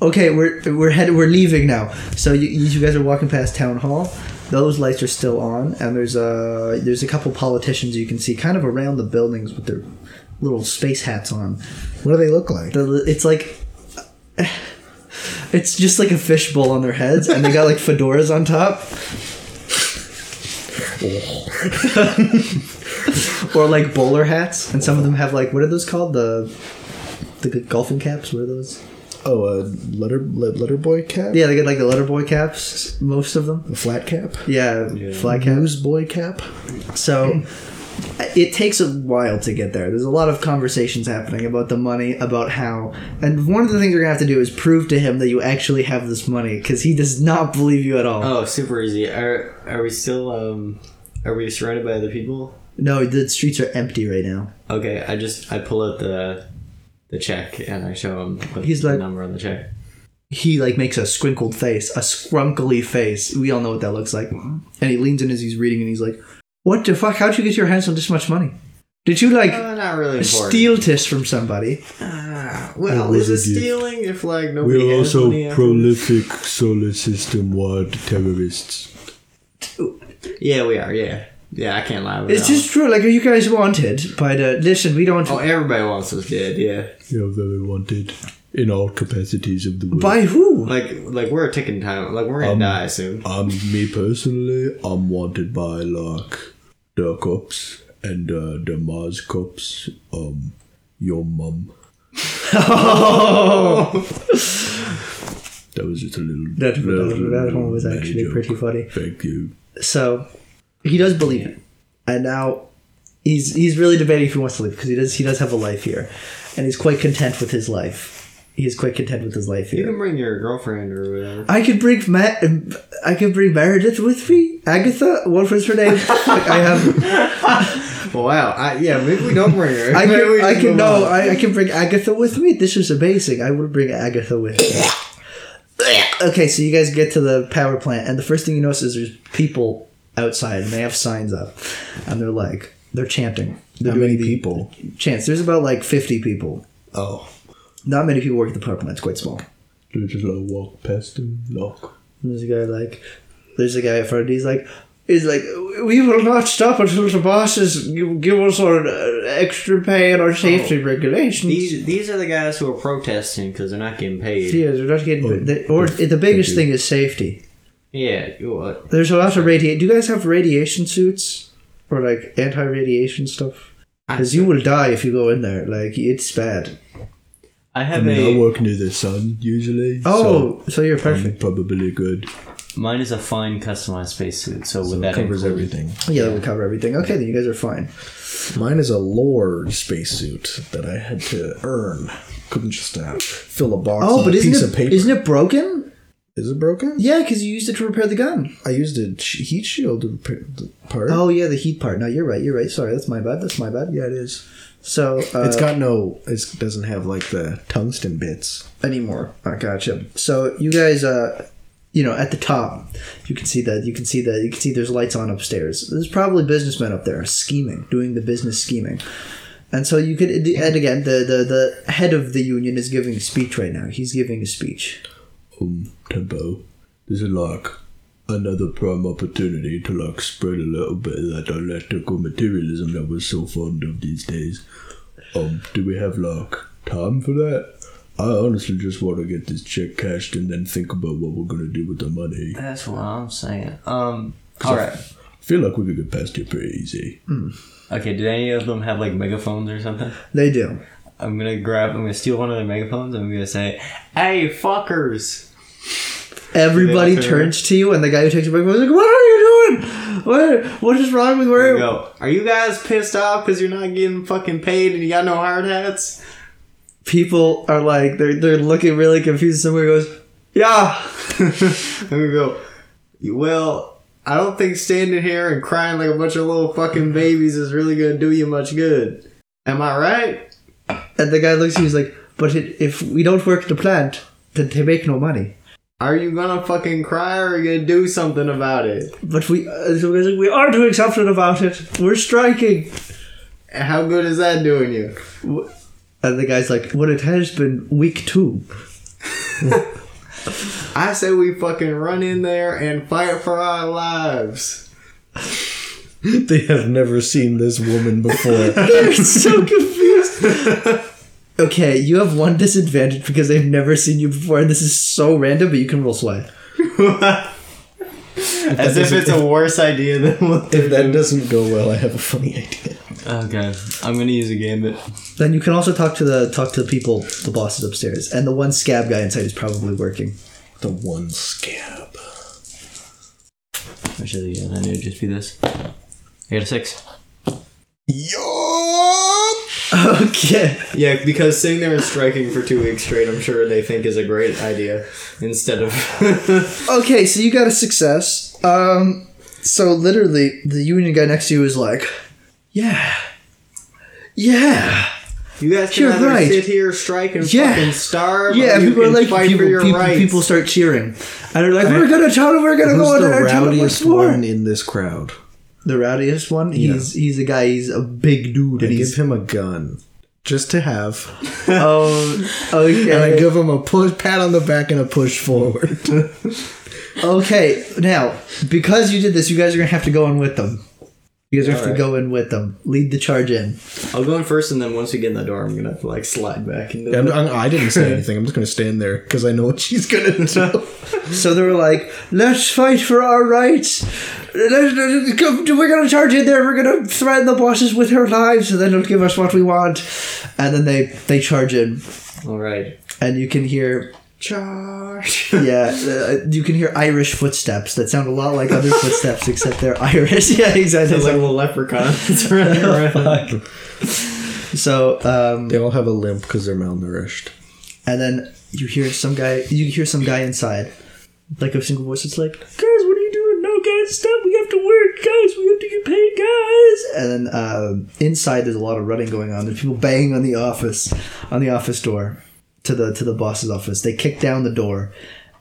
Speaker 1: Okay, we're we're headed. We're leaving now. So you, you guys are walking past town hall. Those lights are still on, and there's a there's a couple politicians you can see kind of around the buildings with their little space hats on.
Speaker 3: What do they look like?
Speaker 1: The, it's like it's just like a fishbowl on their heads, and they got like fedoras on top. [laughs] or like bowler hats, and some of them have like what are those called? The the golfing caps. What are those?
Speaker 3: Oh, a letter le- letter boy cap.
Speaker 1: Yeah, they get like the letter boy caps. Most of them.
Speaker 3: A flat cap.
Speaker 1: Yeah, flag cap.
Speaker 3: Newsboy cap.
Speaker 1: So it takes a while to get there. There's a lot of conversations happening about the money, about how, and one of the things you're gonna have to do is prove to him that you actually have this money because he does not believe you at all.
Speaker 2: oh, super easy. Are are we still um? Are we surrounded by other people?
Speaker 1: No, the streets are empty right now.
Speaker 2: Okay, I just I pull out the the check and I show him the,
Speaker 1: He's
Speaker 2: the
Speaker 1: like-
Speaker 2: number on the check.
Speaker 1: He like makes a squinkled face, a scrunkly face. We all know what that looks like. And he leans in as he's reading, and he's like, "What the fuck? How'd you get your hands on this much money? Did you like
Speaker 2: Uh, not really important.
Speaker 1: steal this from somebody?"
Speaker 2: Ah, well,
Speaker 4: It
Speaker 2: is
Speaker 4: was
Speaker 2: it
Speaker 4: a gift.
Speaker 2: stealing if like nobody
Speaker 4: We're
Speaker 2: has
Speaker 4: also
Speaker 2: money?
Speaker 4: prolific solar system wide terrorists.
Speaker 2: yeah, we are. Yeah, yeah. I can't lie. With
Speaker 1: It's
Speaker 2: that
Speaker 1: just true. Like, are you guys wanted? But uh, listen, we don't.
Speaker 2: one. oh, everybody wants us dead. Yeah,
Speaker 4: You're very wanted in all capacities of the world.
Speaker 1: By who?
Speaker 2: like like we're a ticking time. Like we're gonna
Speaker 4: Um,
Speaker 2: die soon.
Speaker 4: Um, me personally, I'm wanted by like the cops and uh, the Mars cops. Um,
Speaker 1: [laughs]
Speaker 4: your mum. That was just a little.
Speaker 1: That, that,
Speaker 4: little-
Speaker 1: that one was
Speaker 4: little
Speaker 1: actually
Speaker 4: joke.
Speaker 1: pretty funny.
Speaker 4: Thank you.
Speaker 1: So he does believe it, and now he's he's really debating if he wants to leave because he does he does have a life here, and he's quite content with his life. He is quite content with his life
Speaker 5: You
Speaker 1: here.
Speaker 5: can bring your girlfriend or whatever.
Speaker 1: I could bring Matt. I could bring Meredith with me. Agatha, what was her name? [laughs] Like, I have.
Speaker 5: [laughs] Wow. I, yeah, maybe we don't bring her.
Speaker 1: I
Speaker 5: Maybe we
Speaker 1: can. I
Speaker 5: just
Speaker 1: can.
Speaker 5: move
Speaker 1: No,
Speaker 5: on.
Speaker 1: I, I can bring Agatha with me. This is amazing. I would bring Agatha with me. Okay, so you guys get to the power plant, and the first thing you notice is there's people outside, and they have signs up, and they're like they're chanting. They're
Speaker 3: How many
Speaker 1: doing the
Speaker 3: people?
Speaker 1: Chants. There's about like fifty people.
Speaker 3: Oh,
Speaker 1: Not many people work at the power plant. It's quite small.
Speaker 4: Do we just like walk past him? Look.
Speaker 1: There's a guy like, there's a guy in front. He's like, he's like, we will not stop until the bosses gi- give us our uh, extra pay and our safety regulations.
Speaker 2: These these are the guys who are protesting because they're not getting paid.
Speaker 1: yeah, they're not getting. they, or the biggest thing is safety.
Speaker 2: Yeah, you what?
Speaker 1: There's a lot of radiation. Do you guys have radiation suits or like anti-radiation stuff? Because you will die if you go in there. Like it's bad.
Speaker 2: I
Speaker 4: I
Speaker 2: have
Speaker 4: mean, I
Speaker 2: a
Speaker 4: work near the sun usually. so
Speaker 1: Oh, so, you're
Speaker 4: I'm
Speaker 1: perfect.
Speaker 4: probably good.
Speaker 2: mine is a fine customized spacesuit, so,
Speaker 3: so
Speaker 2: with
Speaker 3: that
Speaker 2: that
Speaker 3: covers
Speaker 2: include-
Speaker 3: everything.
Speaker 1: yeah, that will cover everything. Okay, then you guys are fine.
Speaker 3: Mine is a lore spacesuit that I had to earn. Couldn't just uh, fill a box.
Speaker 1: Oh,
Speaker 3: on
Speaker 1: but
Speaker 3: a
Speaker 1: isn't
Speaker 3: piece
Speaker 1: it
Speaker 3: of paper.
Speaker 1: isn't it broken?
Speaker 3: Is it broken?
Speaker 1: Yeah, because you used it to repair the gun.
Speaker 3: I used a sh- heat shield to repair the part.
Speaker 1: Oh yeah, the heat part. No, you're right. You're right. Sorry, that's my bad. That's my bad.
Speaker 3: yeah, it is.
Speaker 1: So uh,
Speaker 3: it's got no. It doesn't have like the tungsten bits.
Speaker 1: anymore. I gotcha. So you guys, uh, you know, at the top, you can see that. You can see that. You can see there's lights on upstairs. There's probably businessmen up there scheming, doing the business scheming. And so you could, and again, the, the, the head of the union is giving a speech right now. He's giving a speech.
Speaker 4: um tempo. This is like another prime opportunity to like spread a little bit of that dialectical materialism that we're so fond of these days. Um, do we have like time for that? I honestly just want to get this check cashed and then think about what we're gonna do with the money. I
Speaker 2: That's what I'm saying. Um, all right.
Speaker 4: feel like we could get past here pretty easy.
Speaker 2: Okay, did any of them have like megaphones or something?
Speaker 1: They do.
Speaker 2: I'm gonna grab. I'm gonna steal one of their megaphones. and I'm gonna say, "Hey, fuckers!"
Speaker 1: Everybody
Speaker 2: They all turn
Speaker 1: turns to you, and the guy who takes the microphone is like, "What are you doing? What? What is wrong with
Speaker 2: Here
Speaker 1: where?"
Speaker 2: we go. Are you guys pissed off because you're not getting fucking paid and you got no hard hats?
Speaker 1: people are like they're they're looking really confused. Somebody goes, "Yeah, [laughs]
Speaker 2: Let me go.
Speaker 5: Well, I don't think standing here and crying like a bunch of little fucking babies is really gonna do you much good. Am I right?
Speaker 1: and the guy looks at you. He's like, "But it, if we don't work the plant, then they make no money."
Speaker 5: Are you gonna fucking cry or are you gonna do something about it?
Speaker 1: But we uh, so we're like, we are doing something about it. We're striking.
Speaker 5: And How good is that doing you?
Speaker 1: And the guy's like, "Well, it has been week two.
Speaker 5: I say we fucking run in there and fight for our lives.
Speaker 3: they have never seen this woman before.
Speaker 1: They're [laughs] so confused." Okay, you have one disadvantage because they've never seen you before, and this is so random. But you can roll sweat.
Speaker 5: As if it's a worse idea than what
Speaker 3: if that doesn't go well, I have a funny idea.
Speaker 2: Okay, I'm gonna use a gambit.
Speaker 1: Then you can also talk to the talk to the people, the bosses upstairs, and the one scab guy inside is probably working. [laughs]
Speaker 3: The one scab.
Speaker 2: Which is again, I knew it'd just be this. I got a six.
Speaker 1: Okay.
Speaker 5: Yeah, because sitting there and striking for two weeks straight, I'm sure they think is a great idea instead of.
Speaker 1: Okay, so you got a success. Um, so literally, the union guy next to you is like, "Yeah, yeah,
Speaker 5: you guys can
Speaker 1: You're
Speaker 5: either
Speaker 1: right.
Speaker 5: sit here, strike, and
Speaker 1: Yeah.
Speaker 5: fucking starve.
Speaker 1: yeah."
Speaker 5: or
Speaker 1: and
Speaker 5: you
Speaker 1: people are
Speaker 5: can
Speaker 1: like,
Speaker 5: fight
Speaker 1: people,
Speaker 5: for your
Speaker 1: people,
Speaker 5: rights.
Speaker 1: people start cheering, and they're like, "We're gonna tell him. We're gonna go
Speaker 3: Who's
Speaker 1: in
Speaker 3: the
Speaker 1: there and tell him what's
Speaker 3: rowdiest
Speaker 1: for."
Speaker 3: one in this crowd?
Speaker 1: The rowdiest one. He's he's a guy. He's a big dude,
Speaker 3: I
Speaker 1: and
Speaker 3: give
Speaker 1: he's
Speaker 3: him a gun. Just to have,
Speaker 1: [laughs] oh
Speaker 3: and I
Speaker 1: okay.
Speaker 3: give him a push, pat on the back, and a push forward.
Speaker 1: [laughs] Okay, now because you did this, you guys are gonna have to go in with them. You guys have to
Speaker 5: Alright.
Speaker 1: go in with them. Lead the charge in.
Speaker 5: I'll go in first, and then once we get in the door, I'm gonna have to like slide back into.
Speaker 3: I'm,
Speaker 5: the-
Speaker 3: I'm, I did not
Speaker 1: [laughs]
Speaker 3: say anything. I'm just gonna stand there because I know what she's gonna do.
Speaker 1: So they were like, let's fight for our rights. Let's- let's- come- We're going to charge in there. We're going to threaten the bosses with their lives and then they'll give us what we want. And then they, they charge in.
Speaker 5: All right.
Speaker 1: And you can hear [laughs]
Speaker 5: Charge.
Speaker 1: Yeah, uh, you can hear Irish footsteps that sound a lot like other footsteps, except they're [laughs] Irish. Yeah, exactly.
Speaker 5: It's like a little leprechaun. It's [laughs] running around.
Speaker 1: [laughs] So, um,
Speaker 3: They all have a limp because they're malnourished.
Speaker 1: and then you hear some guy. You hear some guy inside, like a single voice. It's like, guys, what are you doing? No, guys, stop. We have to work, guys. We have to get paid, guys. And then um inside, there's a lot of running going on. There's people banging on the office, on the office door, to the to the boss's office. They kick down the door.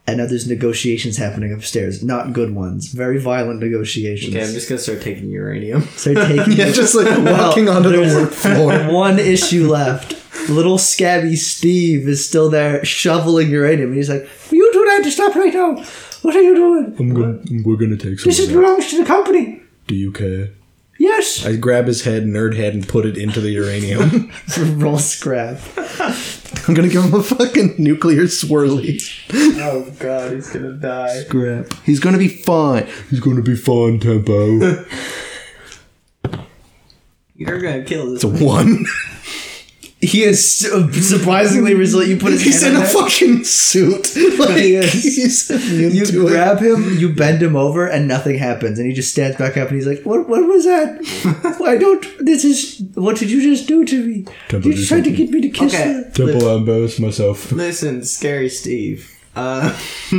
Speaker 1: And now there's negotiations happening upstairs. Not good ones. Very violent negotiations.
Speaker 5: Okay, I'm just gonna start taking uranium.
Speaker 1: So they're taking
Speaker 3: Yeah, just like [laughs] walking onto the work floor.
Speaker 1: one issue left. Little scabby Steve is still there shoveling uranium. He's like, "You do that to stop right now. What are you doing?
Speaker 4: I'm gonna, we're gonna take some.
Speaker 1: This is
Speaker 4: of that.
Speaker 1: belongs to the company."
Speaker 4: Do you care?
Speaker 1: Yes. [laughs]
Speaker 3: I grab his head, nerd head, and put it into the uranium.
Speaker 1: Roll scrap.
Speaker 3: [laughs] I'm gonna give him a fucking nuclear swirly.
Speaker 5: Oh god, he's gonna die.
Speaker 3: Grab. He's gonna be fine.
Speaker 4: He's gonna be fine, Tempo.
Speaker 5: [laughs] You're gonna kill this.
Speaker 3: It's a one.
Speaker 1: He is su- surprisingly resilient. You put his
Speaker 3: he's
Speaker 1: hand
Speaker 3: in
Speaker 1: on
Speaker 3: a
Speaker 1: that-
Speaker 3: fucking suit. Like
Speaker 1: [laughs] He is.
Speaker 3: he's immune
Speaker 1: You
Speaker 3: to it.
Speaker 1: grab him, you bend him over, and nothing happens. And he just stands back up, and he's like, "What? What was
Speaker 3: [laughs]
Speaker 1: that? I don't. This is. What did you just do to me?
Speaker 4: Tempo,
Speaker 1: You
Speaker 4: do
Speaker 1: tried to
Speaker 4: something.
Speaker 1: get me to kiss
Speaker 5: Okay.
Speaker 1: her.
Speaker 4: Tempo, I embarrassed myself.
Speaker 5: Listen, scary Steve. Uh, [laughs]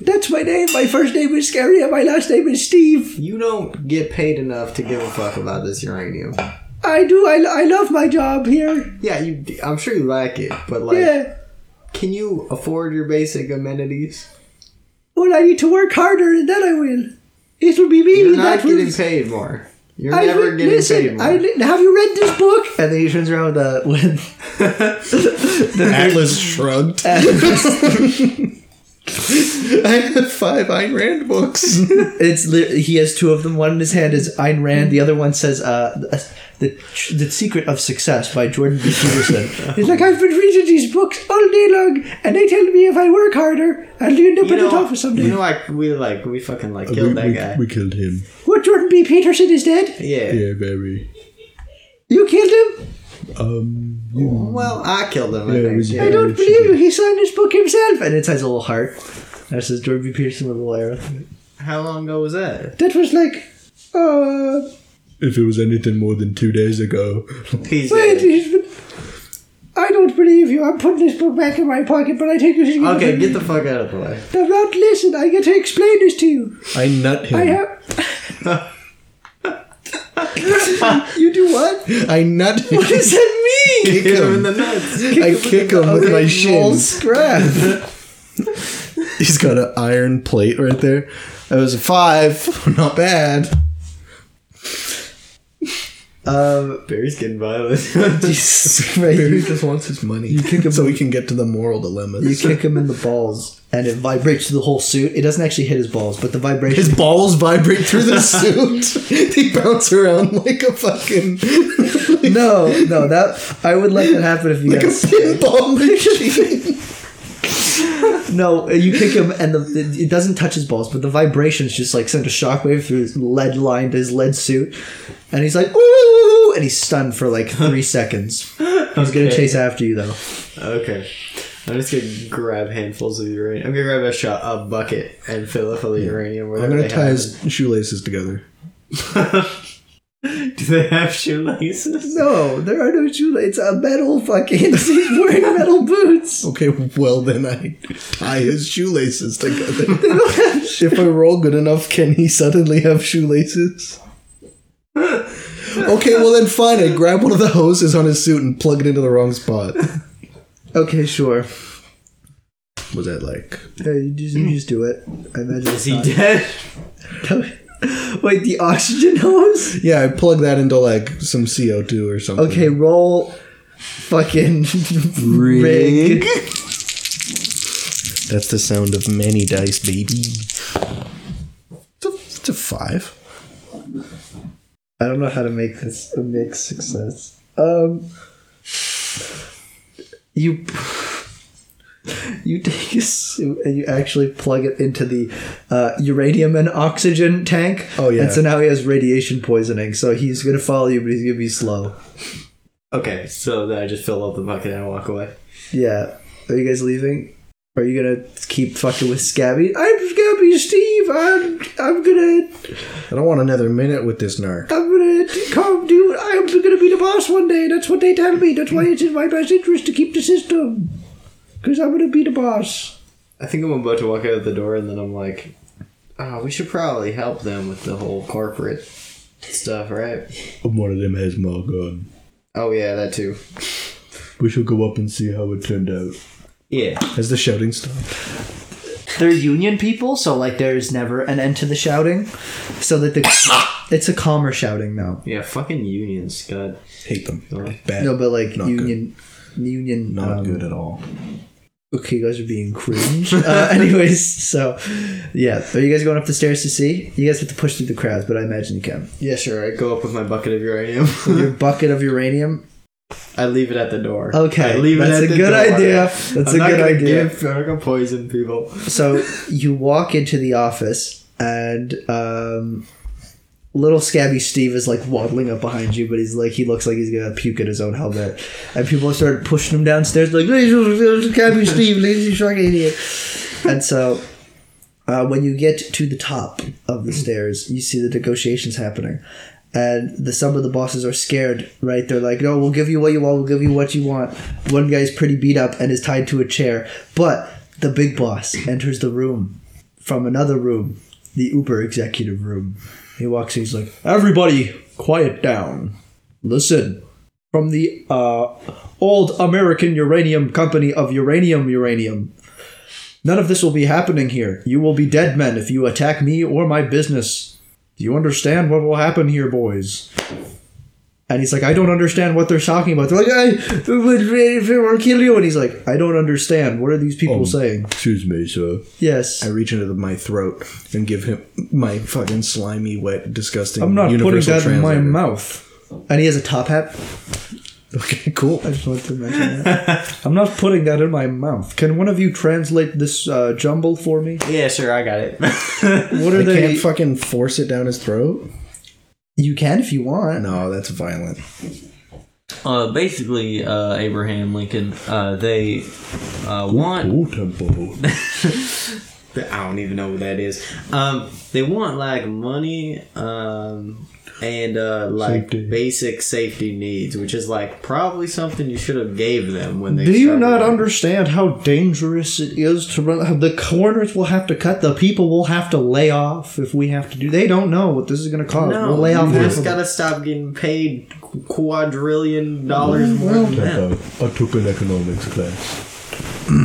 Speaker 1: That's my name. My first name is Scary, and my last name is Steve."
Speaker 5: you don't get paid enough to give a fuck about this uranium.
Speaker 1: I do. I, I love my job here.
Speaker 5: Yeah, you. I'm sure you like it, but like,
Speaker 1: yeah.
Speaker 5: can you afford your basic amenities?
Speaker 1: Well, I need to work harder, and then I will. It'll be me.
Speaker 5: You're
Speaker 1: that
Speaker 5: not
Speaker 1: will-
Speaker 5: getting paid more. You're
Speaker 1: I
Speaker 5: never
Speaker 1: will-
Speaker 5: getting
Speaker 1: listen,
Speaker 5: paid more.
Speaker 1: I li- have you read this book? And then he turns around uh, with [laughs] the with
Speaker 3: Atlas [laughs] shrugged. I have five Ayn Rand books.
Speaker 1: it's li- he has two of them. One in his hand is Ayn Rand. The other one says uh the the secret of success by Jordan B. [laughs] Peterson. He's like I've been reading these books all day long, and they tell me if I work harder, I'll end up
Speaker 5: you
Speaker 1: in the
Speaker 5: know,
Speaker 1: top office someday.
Speaker 5: you know, like we like we fucking
Speaker 1: Uh,
Speaker 5: like killed
Speaker 4: we,
Speaker 5: that
Speaker 4: we,
Speaker 5: guy.
Speaker 4: we killed him.
Speaker 1: what Jordan B. Peterson is dead?
Speaker 5: yeah.
Speaker 4: Yeah, very.
Speaker 1: You killed him?
Speaker 4: Um, you,
Speaker 5: Well, I killed him. I
Speaker 4: Yeah,
Speaker 5: think.
Speaker 4: we
Speaker 5: Yeah.
Speaker 1: I don't
Speaker 4: she
Speaker 1: believe you. He signed his book himself, and it has a little heart. That says Jordan B. Peterson with a little arrow.
Speaker 5: How long ago was that?
Speaker 1: That was like, uh,
Speaker 4: if it was anything more than two days ago, [laughs]
Speaker 5: He's
Speaker 1: wait,
Speaker 5: dead.
Speaker 1: he's been- I don't believe you. I'm putting this book back in my pocket, but I think you should.
Speaker 5: Okay, get the fuck out of the way.
Speaker 1: Do not listen. I get to explain this to you.
Speaker 3: I nut him.
Speaker 1: I have. you do what?
Speaker 3: [laughs] I nut him.
Speaker 1: What does that mean?
Speaker 3: Kick
Speaker 5: Hit him in
Speaker 3: him.
Speaker 5: the nuts.
Speaker 3: I kick him with my
Speaker 1: Roll
Speaker 3: shins.
Speaker 1: scrap.
Speaker 3: [laughs] He's got an iron plate right there. That was a five. [laughs] Not bad.
Speaker 1: um,
Speaker 5: Barry's getting violent. [laughs]
Speaker 1: Jesus Christ.
Speaker 3: just wants his money. You kick him so we can get to the moral
Speaker 1: You
Speaker 3: dilemmas.
Speaker 1: kick him in the balls, and it vibrates through the whole suit. It doesn't actually hit his balls, but the vibration.
Speaker 3: His balls vibrate
Speaker 1: [laughs]
Speaker 3: through the suit. [laughs] they bounce around like a fucking
Speaker 1: [laughs]
Speaker 3: like,
Speaker 1: no, no, that I would let that happen if you
Speaker 3: like a
Speaker 1: guys.
Speaker 3: pinball machine.
Speaker 1: No, you kick him, and the, it doesn't touch his balls, but the vibrations just like send a shockwave through his lead lined his lead suit, and he's like ooh, and he's stunned for like
Speaker 5: [laughs]
Speaker 1: three seconds. He's gonna
Speaker 5: Okay.
Speaker 1: chase after you though.
Speaker 5: okay. I'm just gonna grab handfuls of uranium. I'm gonna grab a shot, a bucket, and fill it full of uranium.
Speaker 3: I'm
Speaker 5: wherever
Speaker 3: gonna
Speaker 5: they
Speaker 3: tie
Speaker 5: have
Speaker 3: his shoelaces together.
Speaker 5: it. [laughs] Do they have shoelaces?
Speaker 1: No, there are no shoelaces. It's a metal fucking. [laughs] He's wearing metal boots.
Speaker 3: Okay, well then I tie his shoelaces together. [laughs] if I roll good enough, can he suddenly have shoelaces? [laughs] Okay, well then fine. I grab one of the hoses on his suit and plug it into the wrong spot.
Speaker 1: Okay, sure.
Speaker 3: Was that like?
Speaker 1: Yeah, you just, you just do it. I imagine.
Speaker 5: Is he dead?
Speaker 1: [laughs] Wait, the oxygen hose.
Speaker 3: Yeah, I plug that into like some CO two or something.
Speaker 1: Okay, roll fucking [laughs] rig.
Speaker 3: that's the sound of many dice, baby. It's a, it's a five.
Speaker 1: I don't know how to make this a mix success. Um you you take a suit and you actually plug it into the uh, uranium and oxygen tank.
Speaker 3: Oh, yeah.
Speaker 1: And so now he has radiation poisoning, so he's gonna follow you, but he's gonna be slow.
Speaker 5: Okay, so then I just fill up the bucket and I walk away.
Speaker 1: Yeah. Are you guys leaving? Are you gonna keep fucking with Scabby? I'm Scabby Steve. I'm I'm gonna
Speaker 3: I don't want another minute with this narc.
Speaker 1: I'm gonna t- come, dude. I'm gonna be the boss one day. That's what they tell me. That's why it's in my best interest to keep the system. Cause I'm gonna be the boss.
Speaker 5: I think I'm about to walk out the door, and then I'm like, oh, we should probably help them with the whole corporate stuff, right?
Speaker 4: One of them has my gun.
Speaker 5: Oh yeah, that too.
Speaker 4: We shall go up and see how it turned out.
Speaker 5: Yeah.
Speaker 3: Has the shouting stopped?
Speaker 1: They're union people, so like there's never an end to the shouting. So that
Speaker 5: [coughs]
Speaker 1: the it's a calmer shouting now.
Speaker 5: Yeah, fucking unions, Scud.
Speaker 3: Hate them.
Speaker 5: Alright.
Speaker 3: Bad.
Speaker 1: No, but like
Speaker 3: Not good.
Speaker 1: union, union.
Speaker 3: Not
Speaker 1: um,
Speaker 3: good at all.
Speaker 1: Okay, you guys are being cringe. [laughs] uh, anyways, so yeah, are you guys going up the stairs to see? You guys have to push through the crowds, but I imagine you can.
Speaker 5: Yeah, sure. I go up with my bucket of uranium. [laughs]
Speaker 1: Your bucket of uranium.
Speaker 5: I leave it at the door.
Speaker 1: Okay,
Speaker 5: I leave
Speaker 1: that's
Speaker 5: it
Speaker 1: a
Speaker 5: at the
Speaker 1: good
Speaker 5: door.
Speaker 1: idea. That's
Speaker 5: I'm
Speaker 1: a
Speaker 5: not
Speaker 1: good
Speaker 5: gonna
Speaker 1: idea.
Speaker 5: Give, I'm not gonna poison people.
Speaker 1: So you walk into the office, and um, little scabby Steve is like waddling up behind you, but he's like he looks like he's gonna puke at his own helmet. And people start pushing him downstairs, like "Hey, little scabby Steve, lazy shrug idiot. And so. Uh, when you get to the top of the stairs, you see the negotiations happening, and the some of the bosses are scared. Right? They're like, "No, we'll give you what you want. We'll give you what you want." One guy's pretty beat up and is tied to a chair, but the big boss enters the room from another room, the Uber executive room. He walks in, he's like, Everybody, quiet down. Listen, from the uh, old American Uranium Company of Uranium Uranium, none of this will be happening here. You will be dead men if you attack me or my business. Do you understand what will happen here, boys? And he's like, I don't understand what they're talking about. They're like, I will kill you. And he's like, I don't understand. What are these people
Speaker 4: Um,
Speaker 1: saying?
Speaker 4: Excuse me, sir.
Speaker 1: Yes.
Speaker 3: I reach into the, my throat and give him my fucking slimy, wet, disgusting.
Speaker 1: I'm not putting
Speaker 3: universal
Speaker 1: that in my
Speaker 3: translator.
Speaker 1: mouth. And he has a top hat.
Speaker 3: Okay, cool.
Speaker 1: I just wanted to mention that. I'm not putting that in my mouth. Can one of you translate this uh, jumble for me?
Speaker 2: Yeah, sure, I got it. [laughs]
Speaker 1: What are
Speaker 3: I
Speaker 1: they?
Speaker 3: can't fucking force it down his throat.
Speaker 1: you can if you want.
Speaker 3: No, that's violent.
Speaker 2: uh, basically, uh, Abraham Lincoln, uh, they uh, want
Speaker 4: Oh, tempo.
Speaker 3: [laughs]
Speaker 2: I don't even know what that is. Um, they want like money, um, and uh, like
Speaker 4: Safety.
Speaker 2: basic safety needs, which is like probably something you should have gave them when they.
Speaker 1: Do you
Speaker 2: started.
Speaker 1: not understand how dangerous it is to run? The corners will have to cut. The people will have to lay off if we have to do. They don't know what this is going to cause.
Speaker 2: No,
Speaker 1: we'll lay off.
Speaker 2: you
Speaker 1: half
Speaker 2: just
Speaker 1: of them.
Speaker 2: gotta stop getting paid qu- quadrillion dollars more than
Speaker 4: Tempo.
Speaker 2: them.
Speaker 4: uh, I took an economics class. [clears throat]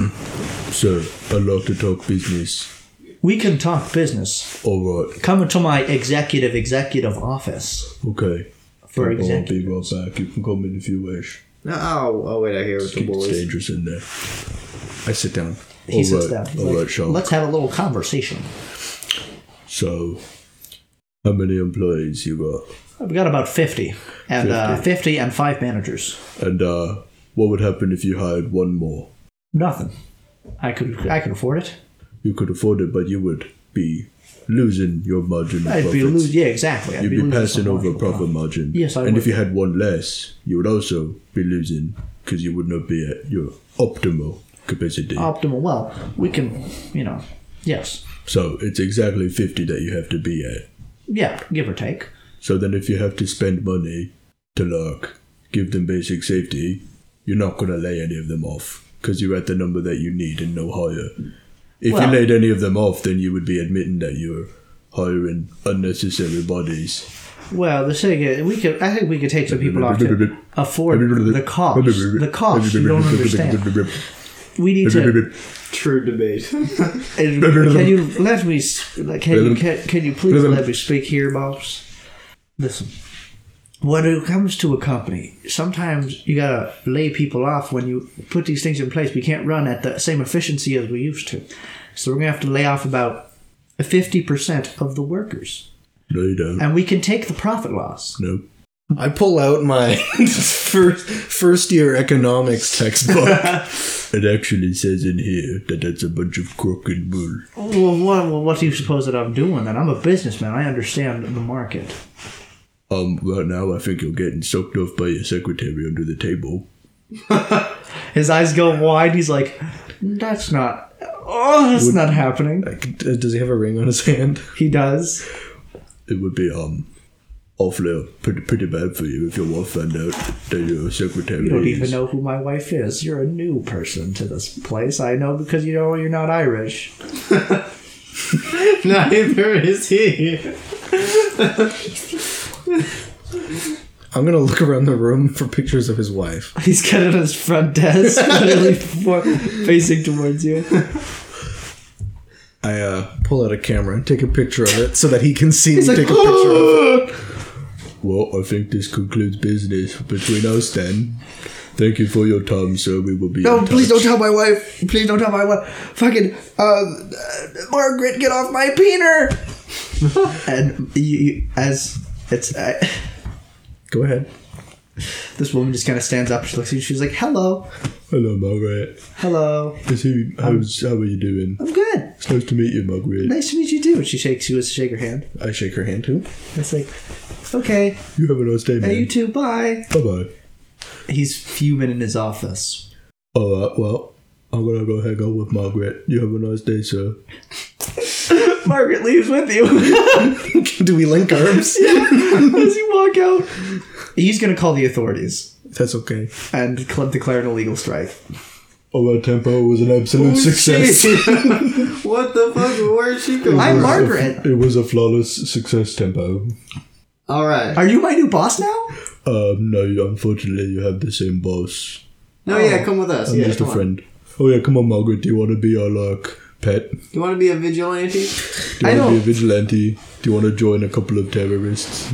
Speaker 4: sir, I love to talk business.
Speaker 1: We can talk business.
Speaker 4: Alright,
Speaker 1: Come into my executive executive office.
Speaker 4: okay.
Speaker 1: For
Speaker 4: Tempo, I'll
Speaker 1: example,
Speaker 4: be right back. You can come in if you wish.
Speaker 5: No, oh, oh wait, I hear with the
Speaker 4: It's
Speaker 5: boys.
Speaker 4: dangerous in there.
Speaker 3: I sit down.
Speaker 1: he sits
Speaker 4: Alright,
Speaker 1: down. He's
Speaker 4: alright,
Speaker 1: like,
Speaker 4: Sean.
Speaker 1: Let's have a little conversation.
Speaker 4: So, how many employees you got?
Speaker 1: We got about 50 and 50, uh,
Speaker 4: 50.
Speaker 1: 50 and five managers.
Speaker 4: And uh, what would happen if you hired one more?
Speaker 1: Nothing. I could I could afford it.
Speaker 4: You could afford it, but you would be losing your margin of
Speaker 1: I'd
Speaker 4: profits.
Speaker 1: be losing. Yeah, exactly. I'd
Speaker 4: You'd be,
Speaker 1: losing
Speaker 4: passing
Speaker 1: so much.
Speaker 4: over a profit margin.
Speaker 1: Yes, I
Speaker 4: And if
Speaker 1: would.
Speaker 4: you had one less, you would also be losing because you would not be at your optimal capacity.
Speaker 1: Optimal. Well, we can, you know, yes,
Speaker 4: so it's exactly 50 that you have to be at.
Speaker 1: yeah, give or take.
Speaker 4: So then if you have to spend money to like give them basic safety, you're not going to lay any of them off because you're at the number that you need and no higher. If
Speaker 1: Well-
Speaker 4: you laid any of them off, then you would be admitting that you're hiring unnecessary bodies.
Speaker 1: Well, the thing is, we could. I think we could take some people off to afford the cost. The cost. You don't
Speaker 4: [laughs]
Speaker 1: understand. We need to.
Speaker 5: True debate. [laughs]
Speaker 1: Can you let me? s- like, Can you can, can you please let me speak here, boss? Listen. When it comes to a company, sometimes you gotta lay people off when you put these things in place. We can't run at the same efficiency as we used to. So we're gonna have to lay off about 50% of the workers.
Speaker 4: No, you don't.
Speaker 1: And we can take the profit loss.
Speaker 4: No.
Speaker 3: I pull out my [laughs] first first year economics textbook.
Speaker 4: It actually says in here that that's a bunch of crook and bull.
Speaker 1: Oh, Well, what, well, what do you suppose that I'm doing? Then I'm a businessman. I understand the market.
Speaker 4: Um, right now I think you're getting sucked off by your secretary under the table.
Speaker 1: His eyes go wide. He's like, that's not.
Speaker 5: Oh, that's
Speaker 3: Would-
Speaker 5: not happening.
Speaker 3: Like, d- does he have a ring on his hand?
Speaker 5: He does.
Speaker 4: It would be um awfully pretty, pretty bad for you if your wife found out that your secretary
Speaker 5: You don't
Speaker 4: is
Speaker 5: even know who my wife is. You're a new person to this place. I know because you know you're not Irish.
Speaker 3: [laughs]
Speaker 5: Neither is he.
Speaker 3: I'm gonna look around the room for pictures of his wife.
Speaker 5: He's got it on his front desk, [laughs] literally for, facing
Speaker 3: [laughs]
Speaker 5: towards you.
Speaker 3: I uh, pull out a camera, take a picture of it, so that he can see me
Speaker 5: like,
Speaker 3: take a picture of it.
Speaker 4: Well, I think this concludes business between us then. Thank you for your time, sir. We will be
Speaker 1: No,
Speaker 5: Oh,
Speaker 4: in
Speaker 1: please
Speaker 4: touch.
Speaker 1: don't tell my wife. Please don't tell my wife. Fucking uh, uh, Margaret, get off my
Speaker 3: [laughs]
Speaker 1: peener. and you, you, as it's uh,
Speaker 3: Go ahead.
Speaker 1: this woman just kind of stands up. She looks at you. She's like, "Hello,
Speaker 4: Hello, Margaret.
Speaker 1: hello.
Speaker 4: Is he, how's, how are you doing?
Speaker 1: I'm good.
Speaker 4: It's nice to meet you, Margaret.
Speaker 1: Nice to meet you too." And she shakes you as to shake her hand.
Speaker 3: I shake her hand too.
Speaker 1: It's like, "Okay,
Speaker 4: You have a nice day, man.
Speaker 1: hey, you too. Bye."
Speaker 4: Bye bye.
Speaker 1: He's fuming in his office.
Speaker 4: All right, well, I'm gonna go hang out with Margaret. You have a nice day, sir.
Speaker 1: Margaret leaves with you [laughs]
Speaker 3: Do we link
Speaker 1: as
Speaker 3: arms?
Speaker 1: you walk out. He's gonna call the authorities
Speaker 3: That's okay.
Speaker 1: and club declare an illegal strike.
Speaker 4: Oh, our tempo was an absolute success.
Speaker 1: [laughs]
Speaker 5: what the fuck? Where is she
Speaker 4: Mm.
Speaker 5: going?
Speaker 1: I'm Margaret.
Speaker 4: It was a flawless success tempo.
Speaker 5: All right.
Speaker 1: Are you my new boss now?
Speaker 4: Um, no, you- unfortunately, you have the same boss.
Speaker 5: No, yeah, come with us.
Speaker 4: Oh. I'm
Speaker 5: yeah,
Speaker 4: just a
Speaker 5: come on.
Speaker 4: friend. Oh yeah, come on, Margaret. Do you want to be our like pet? Do
Speaker 5: You want to be a vigilante?
Speaker 4: you
Speaker 1: I
Speaker 4: want to be
Speaker 1: don't-
Speaker 4: a vigilante? Do you want to join a couple of terrorists?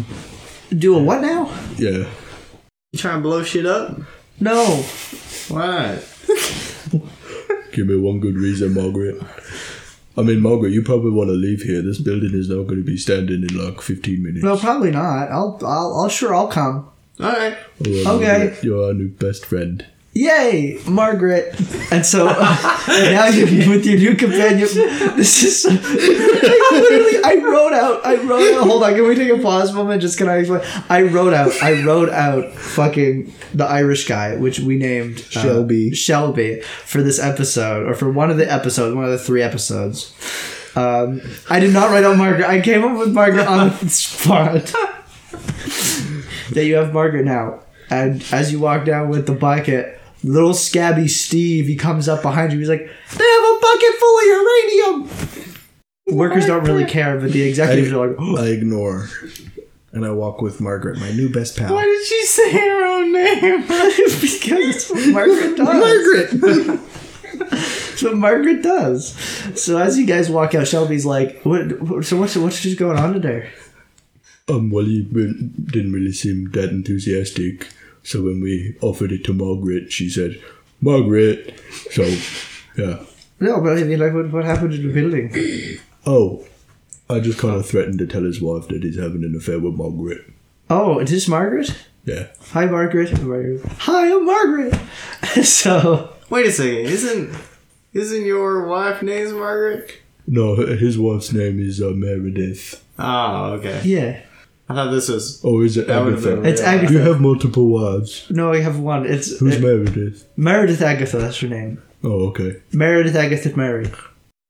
Speaker 1: Do a what now?
Speaker 4: Yeah.
Speaker 5: You trying to blow shit up?
Speaker 1: No.
Speaker 5: Why?
Speaker 4: Give me one good reason, Margaret. I mean, Margaret, you probably want to leave here. This building is not going to be standing in like 15 minutes.
Speaker 1: No, probably not. I'll, I'll, I'll sure I'll come.
Speaker 5: All right.
Speaker 4: All right,
Speaker 1: Okay.
Speaker 4: Oh, Margaret, you're our new best friend.
Speaker 1: Yay, Margaret! And so [laughs] uh, now you're with your new companion. This is I literally. I wrote out. I wrote out. Hold on. Can we take a pause moment? Just can I explain? I wrote out. I wrote out. Fucking the Irish guy, which we named uh,
Speaker 3: Shelby.
Speaker 1: Shelby for this episode, or for one of the episodes, one of the three episodes. Um, I did not write out Margaret. I came up with Margaret on the spot. that you have Margaret now. And as you walk down with the bucket, little scabby Steve, he comes up behind you. He's like, "They have a bucket full of uranium." Workers don't really care, but the executives are like, "Oh,
Speaker 3: I ignore, and I walk with Margaret, my new best pal.
Speaker 5: Why did she say her own
Speaker 1: [laughs]
Speaker 5: name?
Speaker 1: "Because it's what Margaret does."
Speaker 3: Margaret.
Speaker 1: It's what Margaret does. So as you guys walk out, Shelby's like, "What? what- So what's what's just going on today?"
Speaker 4: Um, well, you re- didn't really seem that enthusiastic. So when we offered it to Margaret, she said, Margaret. So, yeah.
Speaker 1: No, but I mean, like, what, what happened in the building?
Speaker 4: Oh, I just kind of threatened to tell his wife that he's having an affair with Margaret.
Speaker 1: Oh, is this Margaret?
Speaker 4: Yeah.
Speaker 1: Hi, Margaret. [laughs] Margaret. Hi, I'm Margaret. so.
Speaker 5: Wait a second. Isn't isn't your wife named Margaret?
Speaker 4: No, h- his wife's name is uh, Meredith.
Speaker 5: Oh, okay.
Speaker 1: Yeah,
Speaker 5: I thought this was.
Speaker 4: Or is it
Speaker 5: That would've
Speaker 4: Agatha?
Speaker 5: been-
Speaker 1: it's
Speaker 5: Yeah.
Speaker 1: Agatha.
Speaker 4: You have multiple wives.
Speaker 1: No, I have one. It's
Speaker 4: Who's
Speaker 1: uh,
Speaker 4: Meredith?
Speaker 1: Meredith Agatha. That's her name.
Speaker 4: Oh, okay.
Speaker 1: Meredith Agatha Mary.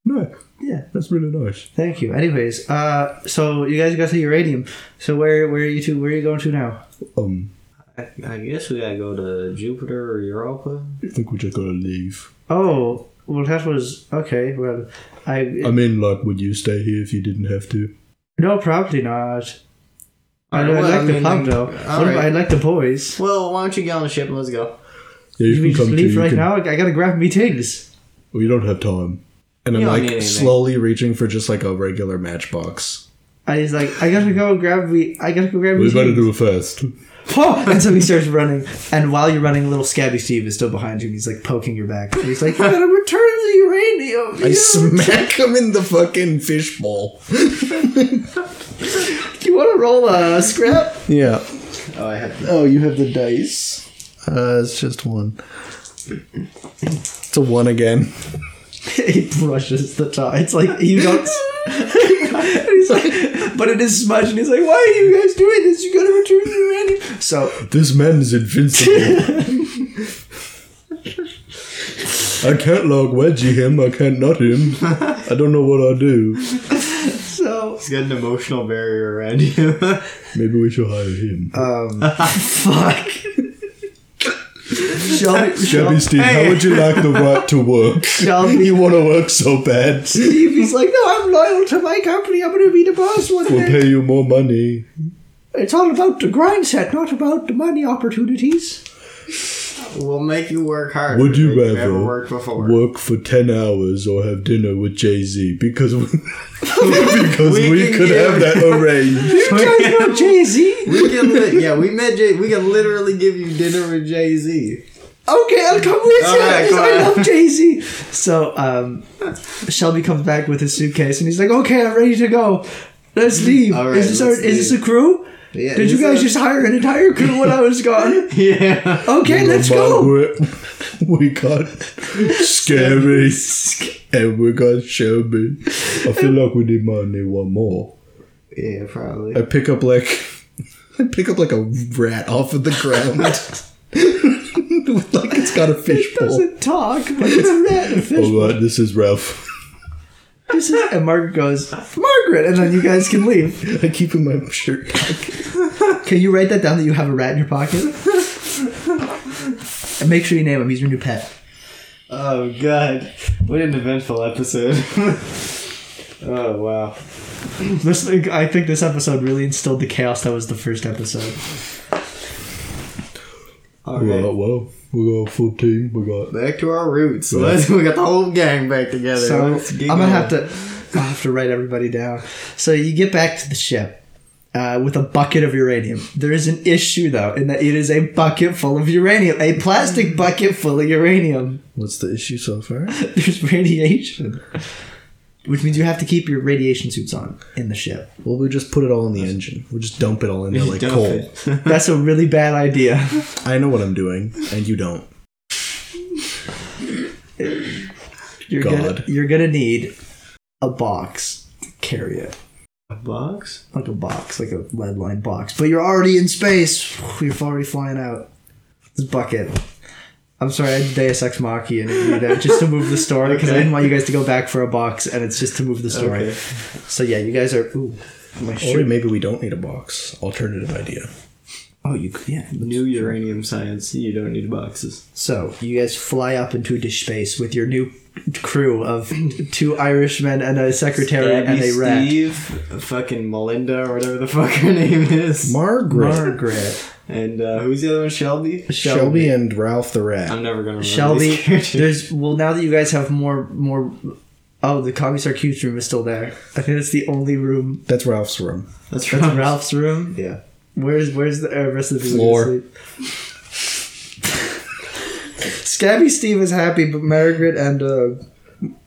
Speaker 4: No,
Speaker 1: Yeah.
Speaker 4: that's really nice.
Speaker 1: Thank you. Anyways, uh, so you guys got to uranium. So where where are you two? Where are you going to now?
Speaker 4: Um,
Speaker 2: I, I guess we gotta go to Jupiter or Europa.
Speaker 4: I think we just gotta leave.
Speaker 1: Oh, well that was okay. Well, I
Speaker 4: I mean, like, would you stay here if you didn't have to?
Speaker 1: no, probably not. I,
Speaker 5: Alright,
Speaker 1: I
Speaker 5: well,
Speaker 1: like the
Speaker 5: mean,
Speaker 1: pub
Speaker 5: then-
Speaker 1: though. What about- I
Speaker 5: alright.
Speaker 1: like the boys.
Speaker 5: Well, why don't you get on the ship and let's go?
Speaker 4: Yeah,
Speaker 1: Should we just
Speaker 4: too,
Speaker 1: leave
Speaker 4: you
Speaker 1: right
Speaker 4: can-
Speaker 1: now? I gotta grab me tigs.
Speaker 4: We don't have time.
Speaker 3: And I'm
Speaker 5: You don't need
Speaker 3: like
Speaker 5: anything.
Speaker 3: slowly reaching for just like a regular matchbox.
Speaker 1: I was like, I gotta go grab me. I gotta go grab me.
Speaker 4: We better
Speaker 1: tigs.
Speaker 4: do it fast.
Speaker 1: Oh, and so he starts running, and while you're running, little Scabby Steve is still behind you, and he's like poking your back. And he's like, "You gotta return the uranium."
Speaker 3: I
Speaker 1: You,
Speaker 3: smack
Speaker 4: [laughs]
Speaker 3: him in the fucking fishbowl.
Speaker 1: you want to roll a scrap?
Speaker 3: Yeah.
Speaker 5: Oh, I have.
Speaker 3: Oh, you have the dice. Uh, it's just one. It's a one again.
Speaker 1: [laughs] he brushes the top. It's like you don't. [laughs] and he's like, but it is smudged, and he's like, "Why are you guys doing this? You gotta return the uranium." So
Speaker 5: [laughs]
Speaker 4: This man is invincible. I can't log wedgie him. I can't nut him. I don't know what I'll do.
Speaker 1: So
Speaker 5: He's got an emotional barrier around you. [laughs]
Speaker 4: Maybe we should hire him.
Speaker 1: [laughs] fuck. Shelby,
Speaker 4: Debbie
Speaker 1: Shelby,
Speaker 4: Steve, how would you like the right to work?
Speaker 1: Shelby,
Speaker 4: [laughs] You want to work so bad.
Speaker 1: He's like, no, I'm loyal to my company. I'm gonna be the boss one
Speaker 4: We'll
Speaker 1: day.
Speaker 4: pay you more money.
Speaker 1: It's all about the grind set, not about the money opportunities.
Speaker 5: we'll make you work harder.
Speaker 4: Would you
Speaker 5: than you've
Speaker 4: rather
Speaker 5: ever worked before?
Speaker 4: Work for 10 hours or have dinner with Jay Z because we, [laughs] because we,
Speaker 5: We can
Speaker 4: could
Speaker 5: give-
Speaker 4: have that arranged.
Speaker 1: You guys know Jay Z?
Speaker 5: we can li- yeah, we met Jay. We can literally give you dinner with Jay Z.
Speaker 1: Okay, I'll come with
Speaker 5: All
Speaker 1: you.
Speaker 5: right,
Speaker 1: because
Speaker 5: go
Speaker 1: I
Speaker 5: on.
Speaker 1: love Jay Z. So um, Shelby comes back with his suitcase and he's like, okay, I'm ready to go. Let's leave.
Speaker 5: All right,
Speaker 1: is this our,
Speaker 5: let's
Speaker 1: is this
Speaker 5: leave.
Speaker 1: a crew?
Speaker 5: Yeah,
Speaker 1: Did you
Speaker 5: he's
Speaker 1: guys
Speaker 5: a-
Speaker 1: just hire an entire crew when I was gone?
Speaker 5: [laughs] Yeah.
Speaker 1: Okay, let's go.
Speaker 4: Margaret, we got Scary and we got Shelby. I feel like we need money one more.
Speaker 5: Yeah, probably.
Speaker 3: I pick up like
Speaker 4: [laughs]
Speaker 3: I pick up like a rat off of the ground. like it's got a fish pole.
Speaker 1: Doesn't talk, but it's a rat in a
Speaker 5: [laughs]
Speaker 1: fish.
Speaker 4: All right, this is Ralph. [laughs]
Speaker 1: This is, and Margaret goes, Margaret, and then you guys can leave.
Speaker 3: I keep in my shirt.
Speaker 1: Can you write that down that you have a rat in your pocket? and make sure you name him. He's your new pet.
Speaker 5: Oh god, what an eventful episode. [laughs] oh wow.
Speaker 1: This, I think this episode really instilled the chaos that was the first episode.
Speaker 5: All
Speaker 4: All right,
Speaker 5: right.
Speaker 4: well, we got a full team. We got
Speaker 5: Back to our roots. Let's, we got the whole gang back together.
Speaker 1: So
Speaker 5: Let's get
Speaker 1: I'm gonna
Speaker 5: going.
Speaker 1: have to, I'll have to write everybody down. So you get back to the ship uh, with a bucket of uranium. There is an issue though, in that it is a bucket full of uranium, a plastic bucket full of uranium. [laughs]
Speaker 3: What's the issue so far?
Speaker 1: There's radiation, which means you have to keep your radiation suits on in the ship.
Speaker 3: Well, we just put it all in the engine. We'll just dump it all in there like
Speaker 5: Dump
Speaker 3: coal.
Speaker 5: it.
Speaker 1: That's a really bad idea. [laughs]
Speaker 3: I know what I'm doing, and you don't.
Speaker 1: You're
Speaker 3: God.
Speaker 1: gonna you're gonna need a box to carry it.
Speaker 5: A box?
Speaker 1: Like a box, like a lead line box. But you're already in space. You're already flying out. This bucket. I'm sorry, I did Deus Ex Machina and do that just to move the story because I
Speaker 5: Okay.
Speaker 1: didn't want you guys to go back for a box and it's just to move the story.
Speaker 5: Okay.
Speaker 1: So yeah, you guys are ooh, my
Speaker 3: Or
Speaker 1: shirt.
Speaker 3: maybe we don't need a box. Alternative idea.
Speaker 1: Oh, you could- yeah.
Speaker 5: New uranium science. You don't need boxes.
Speaker 1: So you guys fly up into the space with your new crew of two Irishmen and a secretary and a rat.
Speaker 5: Steve, fucking Melinda or whatever the fuck her name is,
Speaker 3: Margaret,
Speaker 1: Margaret.
Speaker 5: and uh, who's the other one? Shelby.
Speaker 3: Shelby,
Speaker 1: Shelby.
Speaker 3: and Ralph the Rat.
Speaker 5: I'm never gonna remember
Speaker 1: Shelby. [laughs]
Speaker 5: these characters.
Speaker 1: There's well now that you guys have more more. Oh, the Commissar Q's room is still there. I think that's the only [laughs] room.
Speaker 3: That's Ralph's room.
Speaker 5: That's [laughs]
Speaker 1: That's
Speaker 5: right.
Speaker 1: Ralph's room.
Speaker 5: Yeah.
Speaker 1: Where's where's the uh, rest of the people
Speaker 3: Floor.
Speaker 1: gonna sleep? Scabby Steve is happy, but Margaret and uh,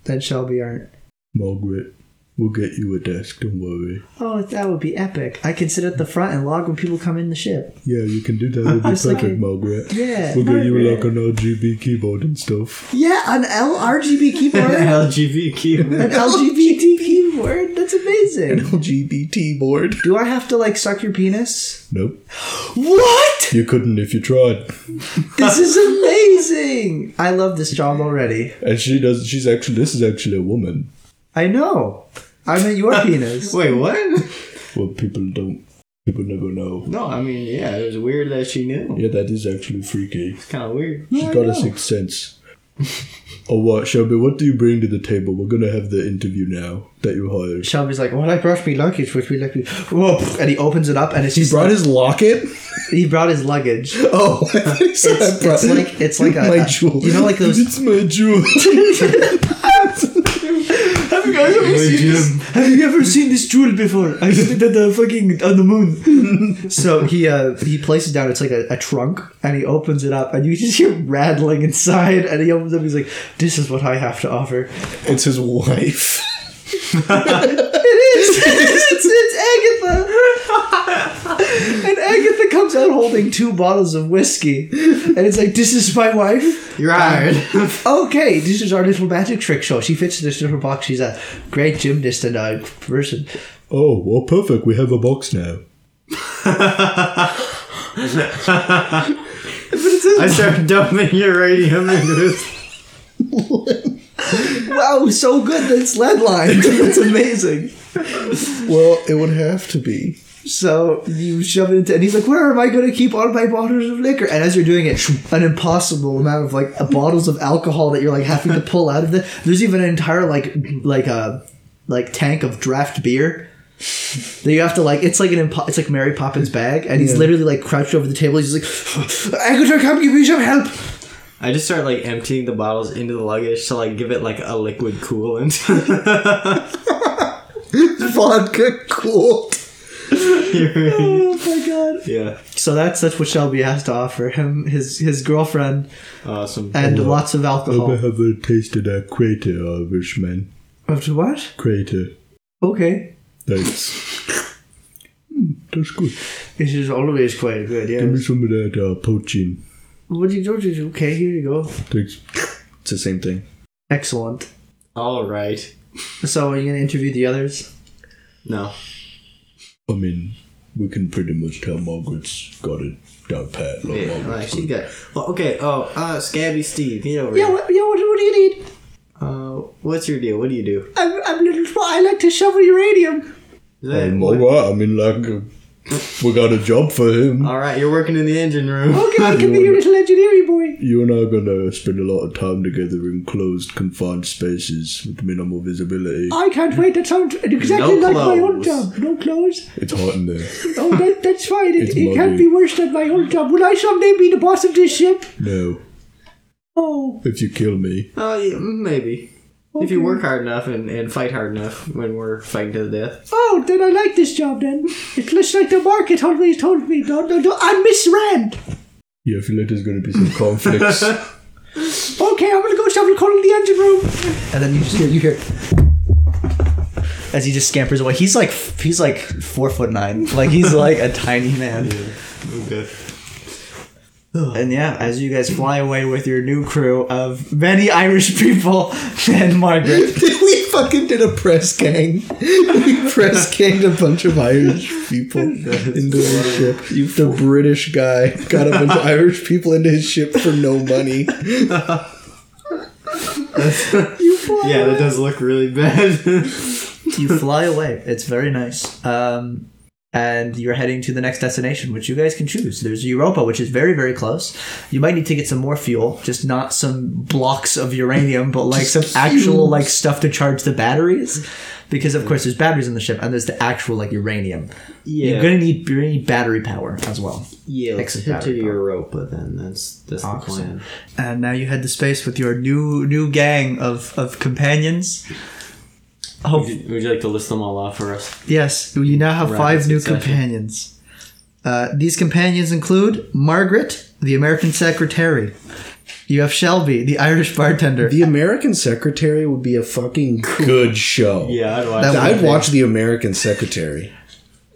Speaker 1: and Shelby aren't.
Speaker 4: Margaret. We'll get you a desk, don't worry.
Speaker 1: Oh, that would be epic! I can sit at the front and log when people come in the ship.
Speaker 4: Yeah, you
Speaker 3: [laughs]
Speaker 4: can do that. It'll be
Speaker 1: Just like
Speaker 4: perfect,
Speaker 1: a-
Speaker 4: Margaret.
Speaker 1: Yeah,
Speaker 4: We'll get you like an RGB keyboard and stuff.
Speaker 3: [laughs]
Speaker 1: Yeah, an L RGB [laughs]
Speaker 5: An
Speaker 1: keyboard,
Speaker 5: LGBTQ.
Speaker 1: an LGBT keyboard. That's amazing.
Speaker 3: LGBT board.
Speaker 1: Do I have to like suck your penis?
Speaker 4: Nope.
Speaker 1: What?
Speaker 4: You couldn't if you tried.
Speaker 1: This is amazing. I love this job already.
Speaker 4: And she does. She's actually. This is actually a woman.
Speaker 1: I know. I meant [laughs] your penis.
Speaker 5: Wait, what?
Speaker 4: Well, people don't. People never know.
Speaker 5: No, I mean, yeah, it was weird that she knew.
Speaker 4: Yeah, that is actually freaky.
Speaker 5: It's kind of weird.
Speaker 4: She's got a sixth sense. oh, what, Shelby? What do you bring to the table? We're gonna have the interview now that you hired.
Speaker 1: Shelby's like, well, I brought me luggage, which we like. Whoa! And he opens it up, and it's
Speaker 3: He
Speaker 1: just
Speaker 3: brought his
Speaker 4: [laughs]
Speaker 3: locket.
Speaker 1: he brought his luggage.
Speaker 3: Oh, I thought he said I brought
Speaker 1: It's like it's
Speaker 4: [laughs]
Speaker 1: like a
Speaker 3: my jewel.
Speaker 1: you know like those.
Speaker 4: It's my jewel.
Speaker 1: [laughs] Have you guys ever seen this? Have you ever seen this jewel before? I got it at the fucking on the moon. [laughs] so he uh he places it down. It's like a, a trunk, and he opens it up, and you just hear rattling inside. And he opens it up. He's like, "This is what I have to offer."
Speaker 3: it's his wife.
Speaker 1: It is. It's, it's Agatha. And Agatha comes out holding two bottles of whiskey, and it's like, "This is my wife."
Speaker 5: You're hired.
Speaker 1: [laughs] Okay, this is our little magic trick show. She fits this little box. She's a great gymnast and a person.
Speaker 4: [laughs] oh, well, perfect. We have a box now.
Speaker 2: [laughs]
Speaker 5: I started dumping uranium into his
Speaker 1: wow, so good that's lead lined. [laughs] It's amazing.
Speaker 4: Well, it would have to be.
Speaker 1: So you shove it into, and he's like, "Where am I going to keep all my bottles of liquor?" And as you're doing it, an impossible amount of like bottles of alcohol that you're like having to pull out of the. There's even an entire like like a like tank of draft beer that you have to like. It's like an impo- it's like Mary Poppins bag, and he's literally like crouched over the table. He's just like, "Agatha, come give me some help."
Speaker 2: I just start like emptying the bottles into the luggage to like give it like a liquid coolant. [laughs]
Speaker 1: Vodka cool. Oh my god!
Speaker 2: yeah,
Speaker 1: So that's that's what Shelby has to offer him, his his girlfriend,
Speaker 2: awesome.
Speaker 1: and lots of
Speaker 4: Have I
Speaker 1: alcohol.
Speaker 4: ever tasted a crater, Irishman?
Speaker 1: Up to what?
Speaker 4: Crater.
Speaker 1: Okay.
Speaker 4: Thanks. Hmm, that's good.
Speaker 1: It is always quite good,
Speaker 4: Give me
Speaker 1: yeah.
Speaker 4: some of that uh, poaching.
Speaker 1: What do you do? do you- Okay, here you go.
Speaker 4: Thanks.
Speaker 3: It's the same thing.
Speaker 1: Excellent.
Speaker 2: All right.
Speaker 1: So, are you going to interview the others?
Speaker 2: No.
Speaker 4: I mean, we can pretty much tell Margaret's got it down pat. Like,
Speaker 2: Yeah,
Speaker 4: Margaret's
Speaker 2: like, she
Speaker 4: good.
Speaker 2: Oh, got. Well, okay. Oh, uh, Scabby Steve, get over
Speaker 1: Yeah,
Speaker 2: here.
Speaker 1: what, yeah, what, what do you need?
Speaker 2: Uh, what's your deal? What do you do?
Speaker 1: I'm, I'm little. tw- I like to shovel uranium.
Speaker 2: Is
Speaker 4: I
Speaker 2: that-
Speaker 4: mean, all right. Oh, I mean, like, uh, we got a job for him.
Speaker 2: all right, you're working in the engine room.
Speaker 1: Okay, I can be your little engineering boy.
Speaker 4: You and I are gonna spend a lot of time together in closed, confined spaces with minimal visibility.
Speaker 1: I can't wait. That sounds exactly
Speaker 2: No
Speaker 1: like my old
Speaker 2: clothes.
Speaker 1: job. No clothes.
Speaker 4: It's hot in there. [laughs]
Speaker 1: Oh, that, that's fine. It,
Speaker 4: It's
Speaker 1: it can't
Speaker 4: muggy.
Speaker 1: be worse than my old job. Will I someday be the boss of this ship?
Speaker 4: No,
Speaker 1: Oh,
Speaker 4: if you kill me,
Speaker 2: [laughs] Oh, yeah, maybe. If you work hard enough and, and fight hard enough when we're fighting to the death.
Speaker 1: oh, then I like this job then. It's just like the market always told me. No, no, no. I misread.
Speaker 4: yeah, I feel like there's gonna be some conflicts.
Speaker 1: Okay, I'm gonna go shovel coal in the engine room. And then you just hear you hear as he just scampers away. He's like he's like four foot nine. Like he's like a tiny man.
Speaker 2: Okay.
Speaker 1: And yeah, as you guys fly away with your new crew of many Irish people [laughs] and Margaret.
Speaker 3: [laughs] we fucking did a press gang. We press ganged a bunch of Irish people into the ship. You, the British guy, got a bunch of Irish people into his ship for no money.
Speaker 2: Yeah, that does look really bad.
Speaker 1: You fly away. It's very nice. Um and you're heading to the next destination, which you guys can choose. There's Europa, which is very, very close. You might need to get some more fuel, just not some blocks of uranium, but like some actual like stuff to charge the batteries, because of course there's batteries in the ship, and there's the actual like uranium.
Speaker 2: yeah.
Speaker 1: You're gonna need, you're gonna need battery power as well.
Speaker 2: yeah, let's
Speaker 1: Exit
Speaker 2: head to
Speaker 1: battery power.
Speaker 2: Europa then. That's that's
Speaker 1: Awesome.
Speaker 2: the plan.
Speaker 1: And now you head to space with your new new gang of of companions. Hope
Speaker 2: Would you, would you like to list them all off for us?
Speaker 1: Yes, you now have five new
Speaker 2: succession.
Speaker 1: companions. Uh, these companions include Margaret, the American secretary. You have Shelby, the Irish bartender.
Speaker 3: The American Secretary would be a fucking good show.
Speaker 2: Yeah, I'd watch.
Speaker 1: That
Speaker 3: I'd watch The American Secretary.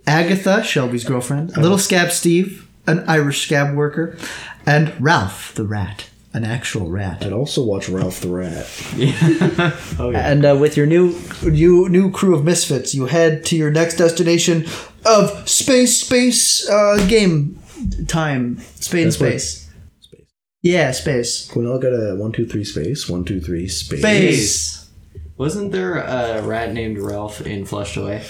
Speaker 1: Agatha, Shelby's girlfriend.
Speaker 3: Oh.
Speaker 1: Little Scab Steve, an Irish scab worker. And Ralph, the rat, an actual rat.
Speaker 3: I'd also watch Ralph the Rat. Oh,
Speaker 1: And uh, with your new new new crew of misfits, you head to your next destination of space space uh, game time. Space
Speaker 3: That's right.
Speaker 1: space. Space. Yeah, space.
Speaker 3: Can we all get a one, two, three space? One, two, three space.
Speaker 1: Space.
Speaker 2: Wasn't there a rat named Ralph in Flushed Away?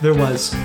Speaker 1: There was.